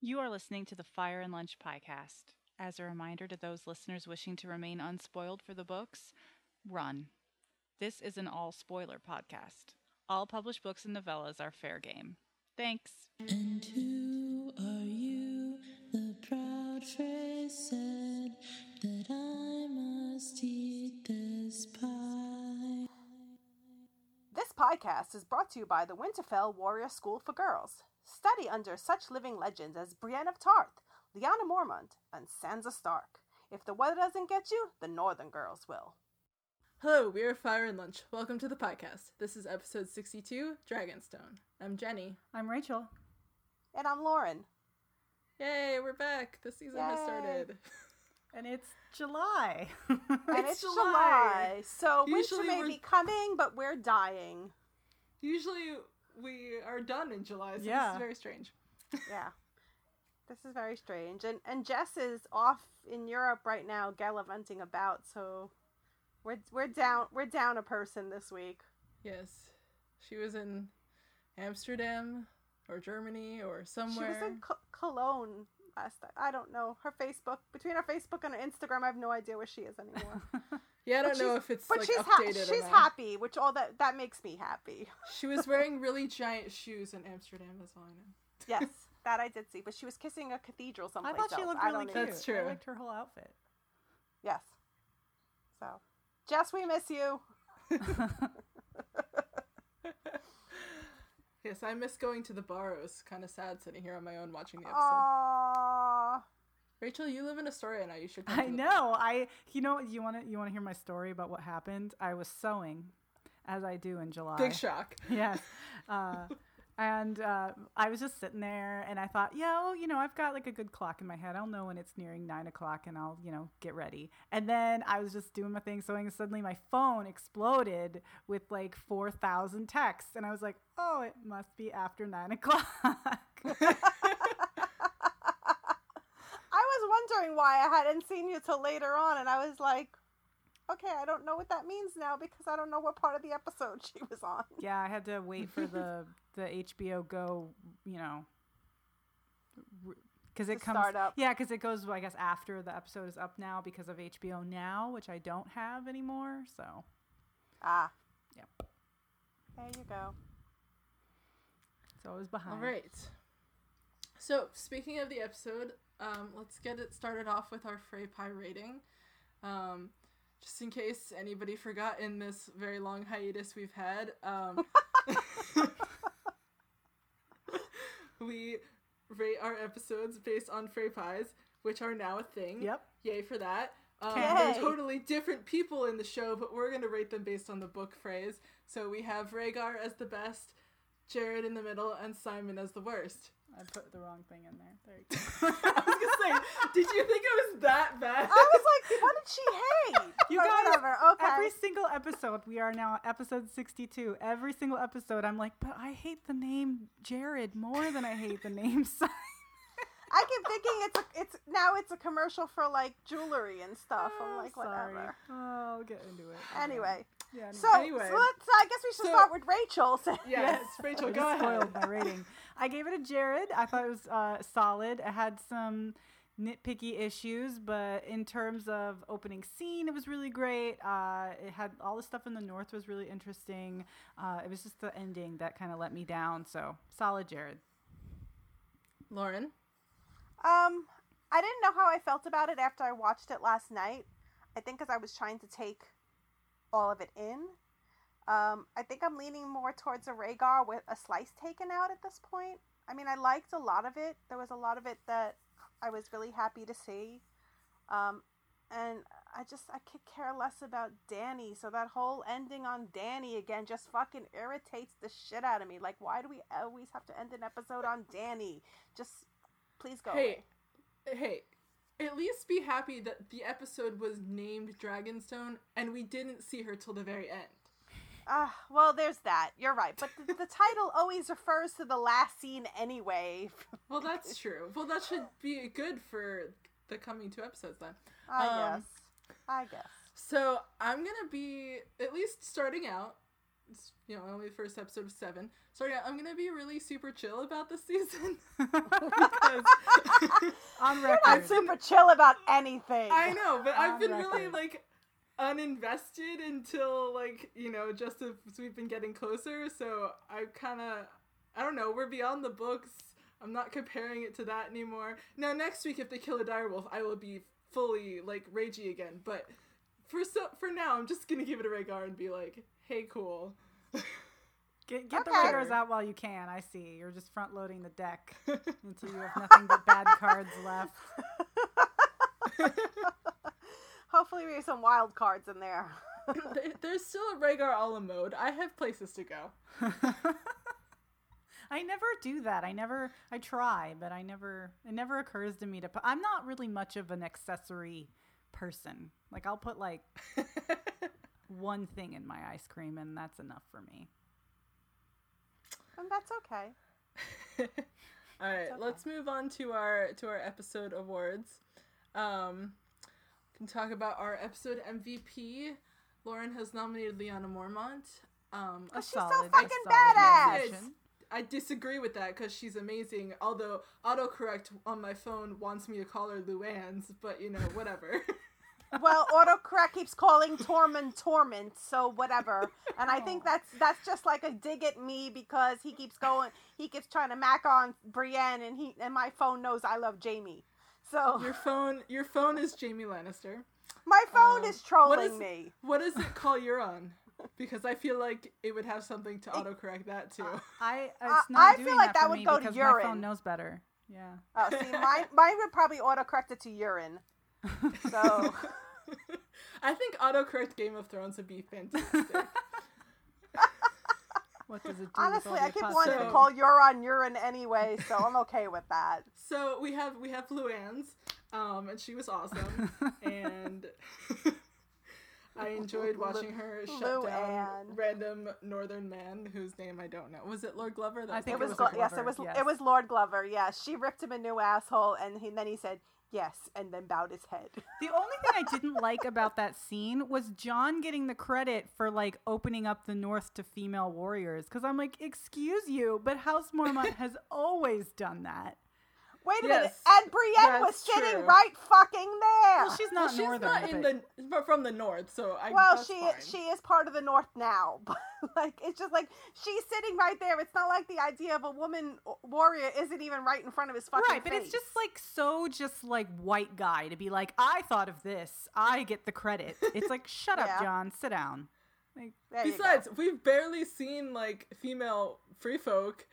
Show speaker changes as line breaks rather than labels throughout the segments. You are listening to the Fire and Lunch podcast. As a reminder to those listeners wishing to remain unspoiled for the books, run. This is an all spoiler podcast. All published books and novellas are fair game. Thanks.
And who are you? The proud phrase said that I must eat this pie.
This podcast is brought to you by the Winterfell Warrior School for Girls. Study under such living legends as Brienne of Tarth, Lyanna Mormont, and Sansa Stark. If the weather doesn't get you, the Northern girls will.
Hello, we are Fire and Lunch. Welcome to the podcast. This is episode 62, Dragonstone. I'm Jenny.
I'm Rachel.
And I'm Lauren.
Yay, we're back. The season has
Yay.
started.
And it's July.
And
It's
it's,
July.
July. so winter
Usually
may
we're-
be coming, but we're dying.
Usually we are done in July, so this
Yeah.
is very strange.
Yeah. This is very strange. And and Jess is off in Europe right now gallivanting about, so we're we're down we're down a person this week.
Yes. She was in Amsterdam or Germany or
She
somewhere.
was in Co- Cologne last time. I don't know. Her Facebook between her Facebook and her Instagram, I have no idea where she is anymore.
yeah, I don't know
she's-
if it's
but
like
she's
updated
ha-
or
she's
not.
happy, which all that that makes me happy.
She was wearing really giant shoes in Amsterdam, that's all I know.
yes, that I did see. But she was kissing a cathedral
I
someplace
thought she
else.
looked
I
really
don't
cute.
even-
That's true.
I liked her whole outfit.
Yes. So, Jess, we miss you.
Yes, I miss going to the bar. It was kind of sad sitting here on my own watching the episode.
Aww.
Rachel, you live in Astoria now. You should come
I
to the-
know. I you know you want to you want to hear my story about what happened? I was sewing as I do in July.
Big shock.
yes. Uh, and uh, I was just sitting there, and I thought, yeah, well, you know, I've got like a good clock in my head. I'll know when it's nearing nine o'clock, and I'll, you know, get ready. And then I was just doing my thing, sewing, and suddenly my phone exploded with like four thousand texts, and I was like, oh, it must be after nine o'clock.
I was wondering why I hadn't seen you till later on, and I was like, okay, I don't know what that means now because I don't know what part of the episode she was on.
yeah, I had to wait for the the HBO Go, you know, because it
The
comes
startup.
yeah, because it goes I guess after the episode is up now because of HBO Now, which I don't have anymore. So
Ah,
yep,
there you go.
so I was behind.
All right. So, speaking of the episode, um, let's get it started off with our Frey Pie rating. Um, just in case anybody forgot in this very long hiatus we've had, um, we rate our episodes based on Frey Pies, which are now a thing.
Yep.
Yay for that. Um,
Yay.
they're totally different people in the show, but we're going to rate them based on the book phrase. So we have Rhaegar as the best, Jared in the middle, and Simon as the worst.
I put the wrong thing in there. There you go.
I was gonna say, did you think it was that
I
bad?
was like, what did she hate?
You
But
guys,
whatever. Okay.
Every single episode, we are now episode 62. Every single episode, I'm like, but I hate the name Jared more than I hate the name Simon.
I keep thinking it's a, it's now it's a commercial for like jewelry and stuff. I'm like,
Sorry.
whatever.
Oh, I'll get into it.
Anyway,
Yeah,
so,
Anyway.
so let's. I guess we should
So-
start with Um, Rachel. so-
Yes, Rachel,
I
go
just
ahead.
spoiled my rating. I gave it a Jared. I thought it was uh, solid. It had some nitpicky issues, but in terms of opening scene, it was really great. Uh, it had all the stuff in the north was really interesting. Uh, it was just the ending that kind of let me down. So solid, Jared.
Lauren,
Um, I didn't know how I felt about it after I watched it last night. I think because I was trying to take all of it in. Um, I think I'm leaning more towards a Rhaegar with a slice taken out at this point. I mean, I liked a lot of it. There was a lot of it that I was really happy to see. Um, and I just I could care less about Danny. So that whole ending on Danny again just fucking irritates the shit out of me. Like, why do we always have to end an episode on Danny? Just please go. away.
hey, hey, at least be happy that the episode was named Dragonstone and we didn't see her till the very end.
Uh, well, there's that. You're right. But the, the title always refers to the last scene anyway.
Well, that's true. Well, that should be good for the coming two episodes then.
I
Um,
guess. I guess.
So I'm gonna be at least starting out. It's, you know, only the first episode of seven. Starting out, I'm gonna be really super chill about this season because
I'm
on record.
super chill about anything.
I know, but I've
On
been really
record.
like uninvested until like you know just as we've been getting closer. So I kind of I don't know. We're beyond the books. I'm not comparing it to that anymore. Now next week, if they kill a direwolf, I will be fully like ragey again. But for so for now, I'm just gonna give it a Rhaegar and be like, hey, cool.
Get, get the
Okay.
rigors out while you can. I see. You're just front loading the deck until you have nothing but bad cards left.
Hopefully, we have some wild cards in there.
There- There's still a Rhaegar a la mode. I have places to go.
I never do that. I never. I try, but I never. It never occurs to me to. Put, I'm not really much of an accessory person. Like I'll put like one thing in my ice cream, and that's enough for me.
And that's okay.
All right, let's move on to our to our episode awards. Um, can talk about our episode MVP. Lauren has nominated Liana Mormont. Um, I,
A
she's so
solid- a
fucking
solid
badass!
nomination.
I disagree with that because she's amazing. Although autocorrect on my phone wants me to call her Luann's, but you know whatever.
Well, autocorrect keeps calling Tormund Torment, so whatever. And I
Oh.
think that's that's just like a dig at me because he keeps going, he keeps trying to mac on Brienne, and he and my phone knows I love Jamie. So
your phone, your phone is Jamie Lannister.
my phone
um,
is
What
trolling
is
me.
what does it call you're on? Because I feel like it would have something to autocorrect that too.
I.
I-
It's not
I feel
doing
like
that,
that
for
would
me
go to
because my
urine.
phone knows better. Yeah.
Oh, see, mine mine would probably autocorrect it to urine. So
I think autocorrect Game of Thrones would be fantastic.
What does it do? with all
honestly,
the
I keep wanting to
So-
apostrophe?
call urine urine anyway, so I'm okay with that.
so we have we have Luann's, um, and she was awesome, and I enjoyed watching her shut down
Luann.
random northern man whose name I don't know. Was it Lord Glover? That
I think
It was,
was
Glo-
Lord
yes, it
Glover,
was
yes.
it was Lord Glover. Yeah, she ripped him a new asshole, and, he, then he said yes, and then bowed his head.
The only thing I didn't like about that scene was John getting the credit for like opening up the North to female warriors. Because I'm like, excuse you, but House Mormont has always done that.
Wait a minute,
Yes,
and Brienne was
that's
sitting
true.
right fucking there.
Well, she's
Well,
not
she's
northern.
not in
but
the but from the north, so I.
well,
that's
she
fine.
she is part of the North now, but like it's just like she's sitting right there. It's not like the idea of a woman w- warrior isn't even right in front of his fucking
right, but it's
face.
just like so just like white guy to be like, I thought of this, I get the credit. It's like, shut
Yeah.
up, John, sit down. Like,
There you go.
Besides, we've barely seen like female free folk,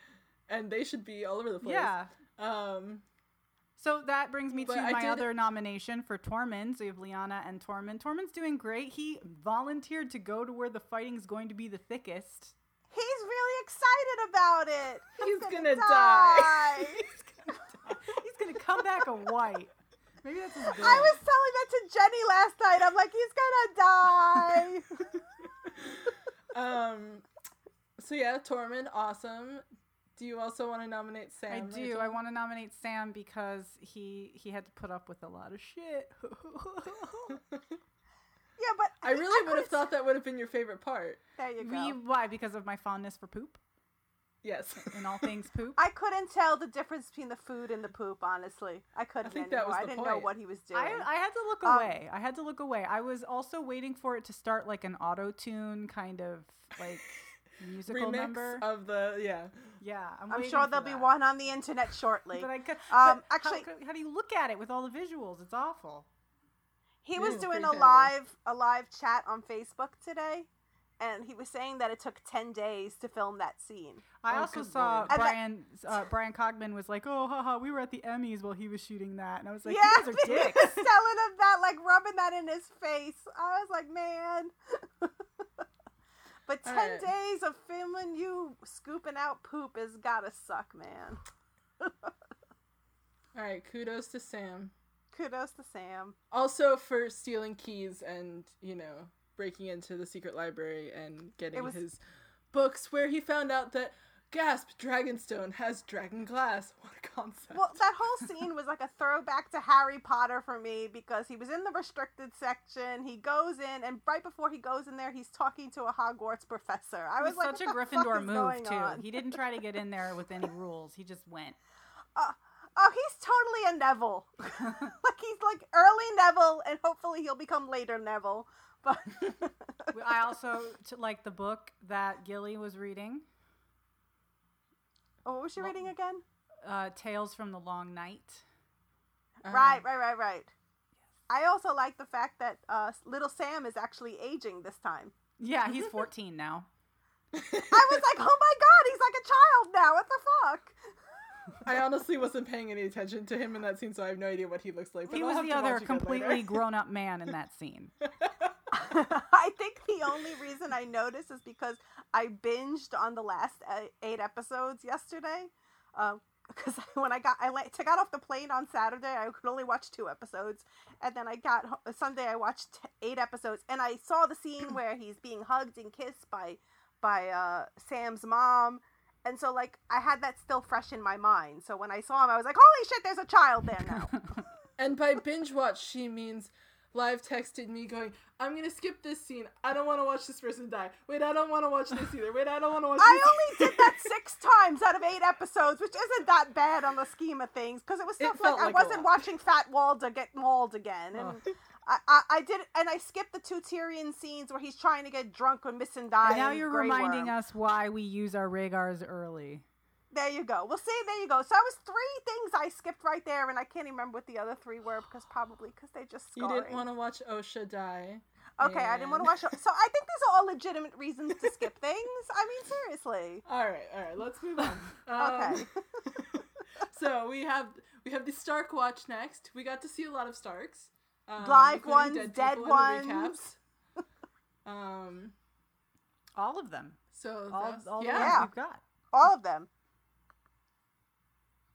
and they should be all over the place.
yeah.
Um.
So that brings me
But
to
I
my
did-
other nomination for Tormund. So you have Liana and Tormund. Tormund's doing great. He volunteered to go to where the fighting's going to be the thickest.
he's really excited about it.
He's gonna die.
He's gonna come back a white. Maybe that's his goal.
I was telling that to Jenny last night. I'm like, he's gonna die.
Um. So yeah, Tormund, awesome. Do you also want to nominate Sam?
I
or
do.
Jen?
I want to nominate Sam because he he had to put up with a lot of shit.
Yeah, but
I really would have
could've-
thought that would have been your favorite part.
There you go.
Re- why? Because of my fondness for poop
Yes.
and all things poop.
I couldn't tell the difference between the food and the poop. Honestly, I couldn't
think that
anymore.
was
I
the
didn't know
point.
what he was doing.
I, I had to look
Um,
away. I had to look away. I was also waiting for it to start like an auto tune kind of like musical
Remix
number.
of the yeah.
yeah, I'm,
am
waiting
sure
for
there'll be
that.
one on the internet shortly.
But I could.
Um,
but how
actually-
could- how, do you look at it with all the visuals? It's awful.
he was
Ew,
doing
pretty
a
terrible.
live a live chat on Facebook today, and he was saying that it took ten days to film that scene.
I
Oh,
also
good
saw
lord.
And that-
Brian uh, Brian Cogman was like, "Oh, haha, we were at the Emmys while he was shooting that," and I was like,
yeah,
"You guys
he
are
was
dicks."
telling him that, like rubbing that in his face. I was like, man. But
All
ten
right.
days of filming you scooping out poop has gotta suck, man.
All right. Kudos to Sam.
Kudos to Sam.
Also for stealing keys and you know breaking into the secret library and getting
was-
his books, where he found out that gasp Dragonstone has dragon glass. What a concept.
Well, that whole scene was like a throwback to Harry Potter for me because he was in the restricted section. He goes in, and right before he goes in there, he's talking to a Hogwarts professor. I
It was
was, like,
such a
what the fuck
Gryffindor
is
move
going
too.
on?
He didn't try to get in there with any rules. He just went.
Oh, he's totally a Neville. like he's like early Neville, and hopefully he'll become later Neville. But
I also t- like the book that Gilly was reading,
oh, what was she reading again?
uh, Tales from the Long Night.
Right, right, right, right. I also like the fact that uh, little Sam is actually aging this time.
Yeah, he's 14 now.
I was like, oh my god, he's like a child now. What the fuck?
I honestly wasn't paying any attention to him in that scene, so I have no idea what he looks like. But
He
I'll
was
have
the
to
other
watch again later.
completely grown up man in that scene.
I think the only reason I noticed is because I binged on the last uh, eight episodes yesterday. Because when I got I like took out off the plane on Saturday, I could only watch two episodes, and then I got ho- Sunday I watched eight episodes, and I saw the scene where he's being hugged and kissed by by uh, Sam's mom. And so, like, I had that still fresh in my mind. So when I saw him, I was like, "Holy shit! There's a child there now."
And by binge watch, she means live texted me going, I'm going to skip this scene. I don't want to watch this person die. Wait, I don't want to watch this either. Wait, I don't want to watch
I
this.
only did that six times out of eight episodes, which isn't that bad on the scheme of things, because it was
It
stuff like,
felt
I
like a
wasn't
lot.
watching Fat Walda get mauled again, and
Oh.
I, I, I did, and I skipped the two Tyrion scenes where he's trying to get drunk when Miss and die.
now you're reminding us why we use our Rhaegars early.
There you go. Well, see, there you go. So I was three things I skipped right there, and I can't even remember what the other three were because probably because they just
You
scarring.
didn't want to watch OSHA die.
Okay, I didn't want to
and-
watch. So I think these are all legitimate reasons to skip things. I mean, seriously.
All right, all right, let's move on. Um,
Okay.
so we have we have the Stark Watch next. We got to see a lot of Starks, um,
Live
including
ones, dead
people in the
ones.
recaps. um.
All of them.
So
All,
that's-
all the
yeah,
ones
Yeah.
we've got.
All of them.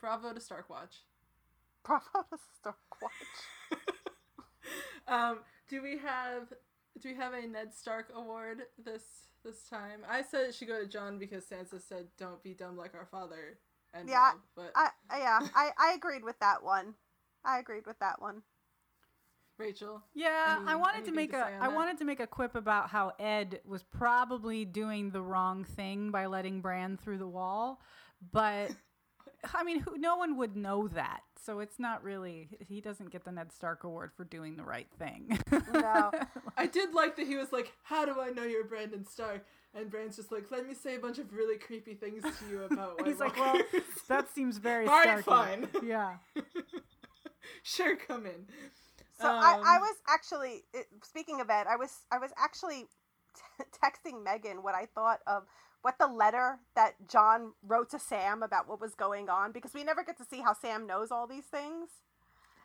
bravo to Stark Watch.
Bravo to Stark Watch.
Um, do we have do we have a Ned Stark award this this time? I said it should go to John because Sansa said, "Don't be dumb like our father." And
Yeah,
Rob, but
I I- yeah, I I agreed with that one. I agreed with that one.
Rachel,
Yeah, I
Any-
wanted to
anything
make
to
a
say on
I
that?
wanted to make a quip about how Ed was probably doing the wrong thing by letting Bran through the wall, but I mean, who, no one would know that, so it's not really he doesn't get the Ned Stark award for doing the right thing.
No,
I did like that he was like, "How do I know you're Brandon Stark?" And Bran's just like, "Let me say a bunch of really creepy things to you about." White
He's like, well,
Walkers."
that seems very
All
Starky.
right, fine.
Yeah, Oh,
sure, come in.
so I I
Um,
was actually it- speaking of Ed. I was I was actually t- texting Megan what I thought of what the letter that John wrote to Sam about what was going on because we never get to see how Sam knows all these things.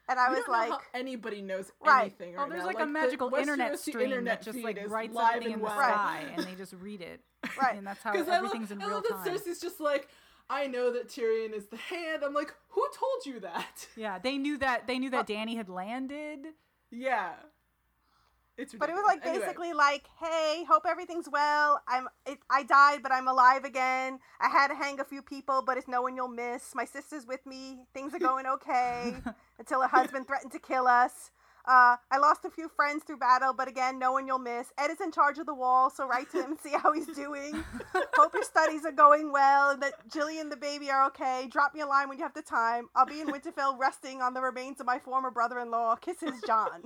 And I
We
was
don't know
like,
how anybody knows
Right.
anything
oh,
right
there's
now.
like, a
the
magical internet
Westerosi
stream that just
feed
like
is
writes
live
everything in
and
the
well.
sky, and they just read it,
right,
and that's how
Because I love,
everything's in
I
real
love
time.
that Cersei's just like, I know that Tyrion is the hand. I'm like, who told you that?
Yeah, they knew that they knew that
Oh.
Danny had landed.
yeah. It's
But it was
ridiculous.
like
Anyway,
basically like, "Hey, hope everything's well. I'm it, I died, but I'm alive again. I had to hang a few people, but it's no one you'll miss. My sister's with me. Things are going okay until her husband threatened to kill us. Uh, I lost a few friends through battle, but again, no one you'll miss. Ed is in charge of the wall, so write to him and see how he's doing. Hope your studies are going well and that Jilly and the baby are okay. Drop me a line when you have the time. I'll be in Winterfell resting on the remains of my former brother-in-law. Kisses, John.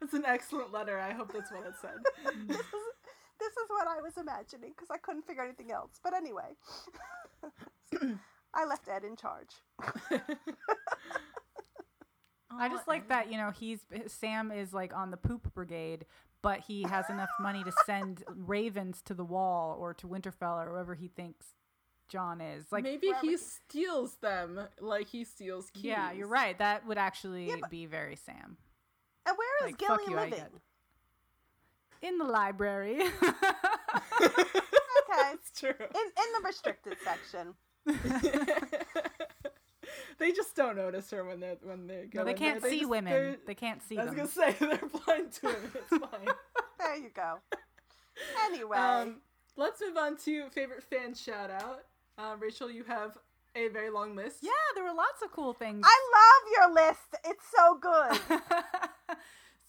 it's an excellent letter. I hope that's what it said.
Mm.
this is this is what I was imagining because I couldn't figure anything else. But anyway, I left Ed in charge.
I just like that, you know, he's eh, Sam is like on the poop brigade, but he has enough money to send ravens to the wall or to Winterfell or wherever he thinks John is. Like
Maybe he steals them like he steals keys.
Yeah, you're right. That would actually be very Sam.
And where is
Like fuck
Gilly
you, I
living?
get- In the library.
Okay,
It's true.
in in the restricted section.
they just don't notice her when they're when they go.
no, they
in
can't
there.
see
just-
women.
they're-
They can't see
I was
them.
gonna say they're blind to him. It's fine.
There you go. Anyway,
Um, let's move on to favorite fan shout out. Uh, Rachel, you have a very long list.
Yeah, there were lots of cool things. Oh,
I love your list. It's so good.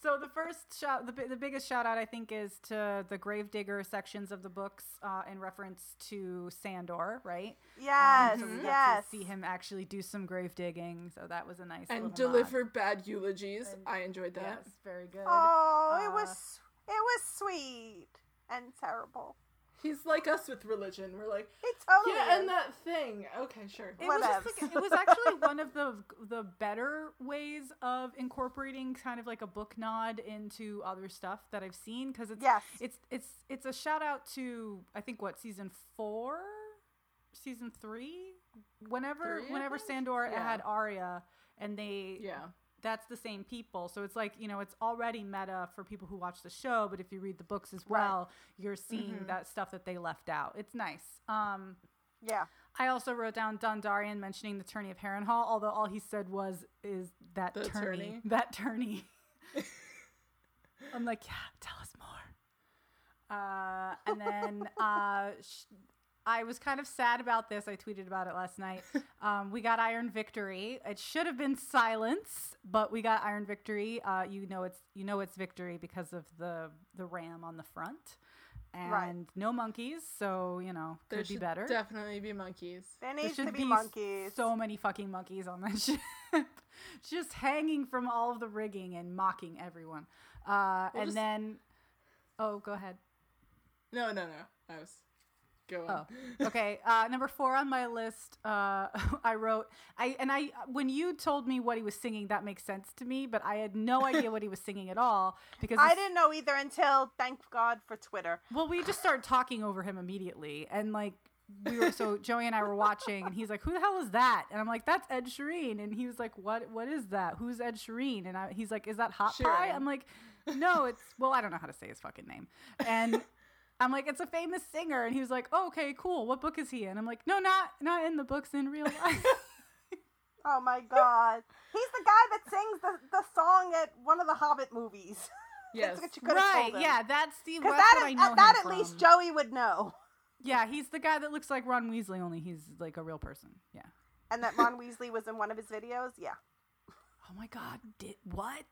So the first shout, the, bi- the biggest shout out, I think, is to the Gravedigger sections of the books uh, in reference to Sandor, right?
Yes,
so we got
yes.
to see him actually do some grave digging, so that was a nice little
and
nod.
deliver bad eulogies.
And-
I enjoyed
Yes,
that.
very good.
Oh,
Uh,
it was it was sweet and terrible.
He's like us with religion. We're like,
It totally.
yeah,
is.
and that thing. Okay, sure.
It was, just
Whatevs.
like, it was actually one of the the better ways of incorporating kind of like a book nod into other stuff that I've seen because it's
yes,
it's it's it's a shout out to I think what season four, season three, whenever
Three, I
whenever
think?
Sandor
Yeah.
had Arya and they
Yeah.
that's the same people so it's like you know it's already meta for people who watch the show but if you read the books as
Right.
well you're seeing
Mhm.
that stuff that they left out it's nice um
yeah,
I also wrote down Dondarian mentioning the tourney of Harrenhal, although all he said was, "Is that
The
tourney,
tourney.
that tourney?" I'm like, "Yeah, tell us more." Uh, and then uh, sh- I was kind of sad about this. I tweeted about it last night. Um, we got Iron Victory. It should have been Silence, but we got Iron Victory. Uh, you know it's you know it's Victory because of the the ram on the front. And
Right.
no monkeys, so you know could
There
be
should
better.
Definitely be monkeys.
there
There
needs
should
to be,
s-
monkeys.
So many fucking monkeys on that ship, just hanging from all of the rigging and mocking everyone. Uh,
Well,
and
just-
then, oh, go ahead.
No, no, no. I was going.
Oh, okay. Uh, number four on my list, uh, I wrote I and I when you told me what he was singing, that makes sense to me, but I had no idea what he was singing at all because
I
this-
didn't know either until thank God for Twitter.
Well, we just started talking over him immediately, and like we were so Joey and I were watching, and he's like, "Who the hell is that?" And I'm like, "That's Ed Sheeran," and he was like, "What? What is that? Who's Ed Sheeran?" And I, he's like, "Is that Hot Pie?"
Sheeran.
I'm like, "No, it's well, I don't know how to say his fucking name," and. I'm like, it's a famous singer, and he was like, oh, okay, cool. What book is he in? I'm like, no, not not in the books in real life.
Oh my God, he's the guy that sings the the song at one of the Hobbit movies.
yes.
That's what you could have
right?
told him.
Yeah, that's the
because
that's
that
what
is-
I know
uh, that
him
at least
from.
Joey would know,
yeah, he's the guy that looks like Ron Weasley, only he's like a real person. Yeah.
and that Ron Weasley was in one of his videos. Yeah,
Oh my God! Did what?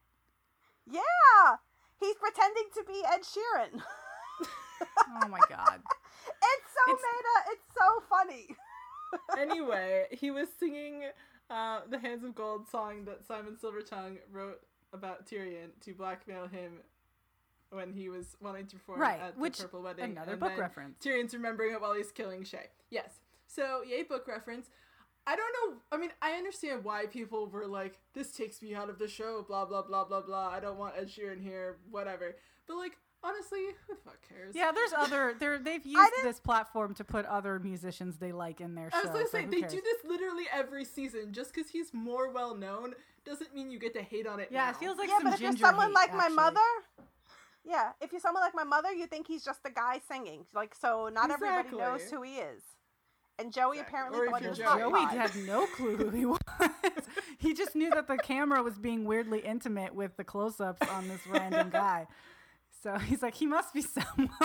yeah, he's pretending to be Ed Sheeran.
Oh my god.
It's so
It's-
meta. It's so funny.
anyway, he was singing uh, the Hands of Gold song that Simon Silvertongue wrote about Tyrion to blackmail him when he was wanting to perform
Right,
at
which-
the Purple Wedding.
Another
and
book
then
reference.
Tyrion's remembering it while he's killing Shay. Yes. So, yay, book reference. I don't know. I mean, I understand why people were like, this takes me out of the show, blah, blah, blah, blah, blah. I don't want Ed Sheeran here, whatever. But, like, honestly, who the fuck cares?
Yeah, there's other. They're, they've used
didn't-
this platform to put other musicians they like in their show.
I was gonna
so
say
who
they
cares?
do this literally every season. Just because he's more well known doesn't mean you get to hate on it.
Yeah,
now.
it feels like
yeah,
some
but if you're
ginger
someone
hate,
like
actually.
my mother, yeah, if you're someone like my mother, you think he's just the guy singing. Like, so not everybody
Exactly.
knows who he is. And Joey
Exactly.
apparently
Or if
thought he
you're
was
Joey.
Hot
Joey
Rod.
had no clue who he was. he just knew that the camera was being weirdly intimate with the close-ups on this random guy. So he's like, he must be someone.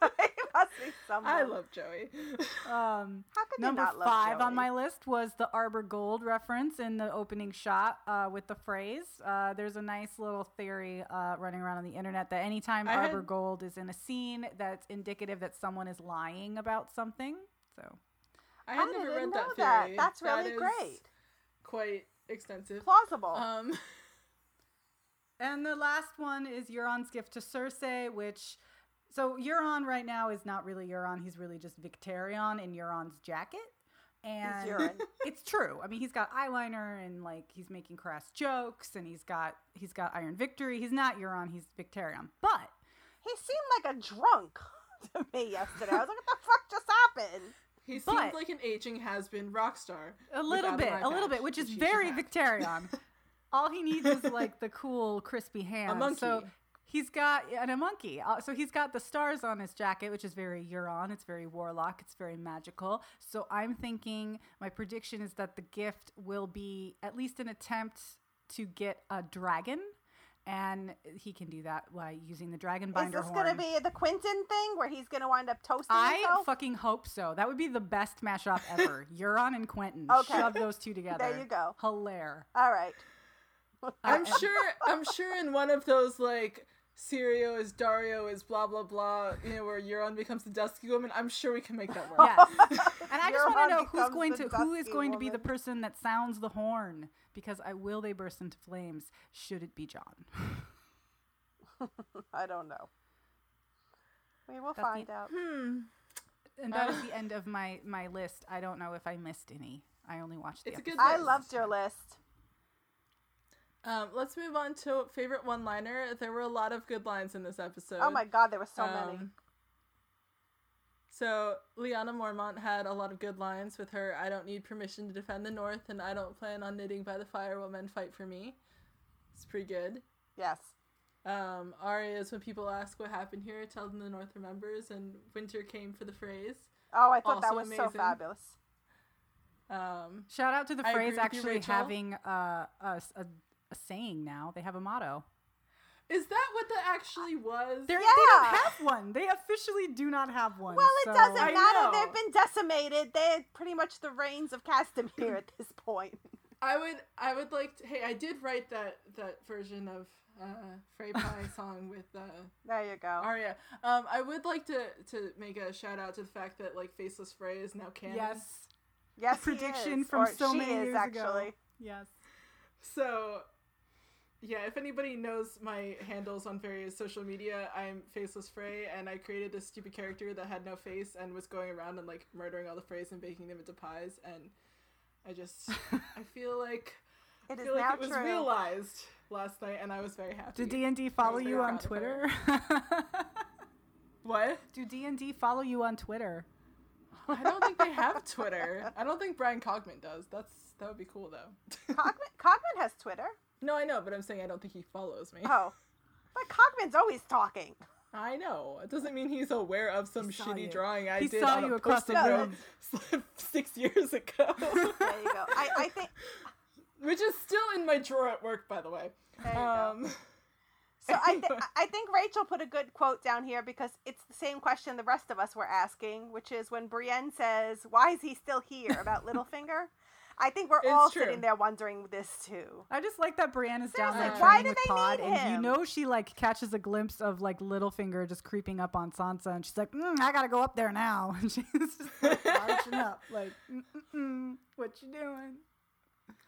He must be someone.
I love Joey.
Um,
How could
Number
you not love
five on
Joey?
my list was the Arbor Gold reference in the opening shot uh, with the phrase. Uh, there's a nice little theory uh, running around on the internet that anytime
I
Arbor
had-
Gold is in a scene, that's indicative that someone is lying about something. So
I
I
had never
didn't
read
know
that
that.
theory.
That's
That
really
is
great.
Quite extensive.
Plausible.
Um,
And the last one is Euron's gift to Cersei, which so Euron right now is not really Euron, he's really just Victarion in Euron's jacket. And
Euron.
it's true. I mean, he's got eyeliner and like he's making crass jokes and he's got he's got Iron Victory. He's not Euron, he's Victarion. But
he seemed like a drunk to me yesterday. I was like, what the fuck just happened?
he
But-
seems like an aging has been rock star.
a little
without
bit,
an eye
a little
patch,
bit, which is
he should
very
have.
Victarion. All he needs is like the cool crispy hand.
A monkey.
So He's got and a monkey. Uh, so he's got the stars on his jacket, which is very Euron. It's very warlock. It's very magical. So I'm thinking my prediction is that the gift will be at least an attempt to get a dragon, and he can do that by using the dragon
is
binder
this
horn.
going to be the Quentin thing where he's going to wind up toasting
I
himself?
fucking hope so. That would be the best mashup ever. Euron and Quentin.
Okay.
Shove those two together.
you go.
Hilaire.
All right.
I'm sure I'm sure in one of those like Sirio is Dario is blah blah blah, you know, where Euron becomes the dusky woman, I'm sure we can make that work.
Yes. And I just
Your
want to know
hobby
who's
comes
going to
the
who is
dusky
going to be the
woman.
person that sounds the horn because I will they burst into flames should it be John.
I don't know. We will
That's the-
find out.
Hmm.
And that is the end of my my list. I don't know if I missed any. I only watched the
It's a good
episode.
I
list.
loved your list.
Um, let's move on to favorite one liner. There were a lot of good lines in this episode.
Oh my god, there were so many.
Um, So Liana Mormont had a lot of good lines with her I don't need permission to defend the North and I don't plan on knitting by the fire while men fight for me. It's pretty good.
Yes.
Um, Arya is when people ask what happened here, tell them the North remembers, and winter came for the phrase.
Oh, I thought that
Also
was so
amazing.
fabulous.
Um,
Shout out to the
I agree
phrase
with you,
actually
Rachel.
having uh, a, s- a- a saying now. They have a motto.
is that what that actually was?
They're- They don't
Yeah.
have one. They officially do not have one.
Well, it
so-
doesn't
I
matter.
know.
They've been decimated. They're pretty much the reigns of Castamere at this point.
I would I would like to, hey I did write that that version of uh, Frey Pie song with uh,
There you go.
Arya. Um, I would like to to make a shout out to the fact that like Faceless Frey is now canon.
Yes.
Yes, he
prediction
is.
from
Or
so
she
many
is,
years ago.
actually.
Yes.
So, yeah, if anybody knows my handles on various social media, I'm Faceless Frey, and I created this stupid character that had no face and was going around and like murdering all the Freys and baking them into pies, and I just I feel like
It
I
is
feel like
now
it was
true.
realized last night, and I was very happy.
Do D and D follow
was very
you on
proud of
Twitter?
her. what?
do D and D follow you on Twitter?
I don't think they have Twitter. I don't think Brian Cogman does. That's that would be cool though.
Cogman, Cogman has Twitter.
no, I know, but I'm saying I don't think he follows me.
Oh. But Cogman's always talking.
I know. It doesn't mean he's aware of some
saw
shitty
you.
drawing I
He
did
saw
on
you
a
across the
Post-it
room.
note six years ago,
There you go. I, I think.
which is still in my drawer at work, by the way.
There you go.
Um,
So I, th- I think Rachel put a good quote down here because it's the same question the rest of us were asking, which is when Brienne says, "Why is he still here?" about Littlefinger. I think we're
It's
all
true.
sitting there wondering this too.
I just like that Brienne is down there
Seriously, why
training
do
with
they
Pod,
need
and you
him?
know she like catches a glimpse of like Littlefinger just creeping up on Sansa, and she's like, mm, "I gotta go up there now," and she's just like, marching up, like, Mm-mm-mm, "What you doing?"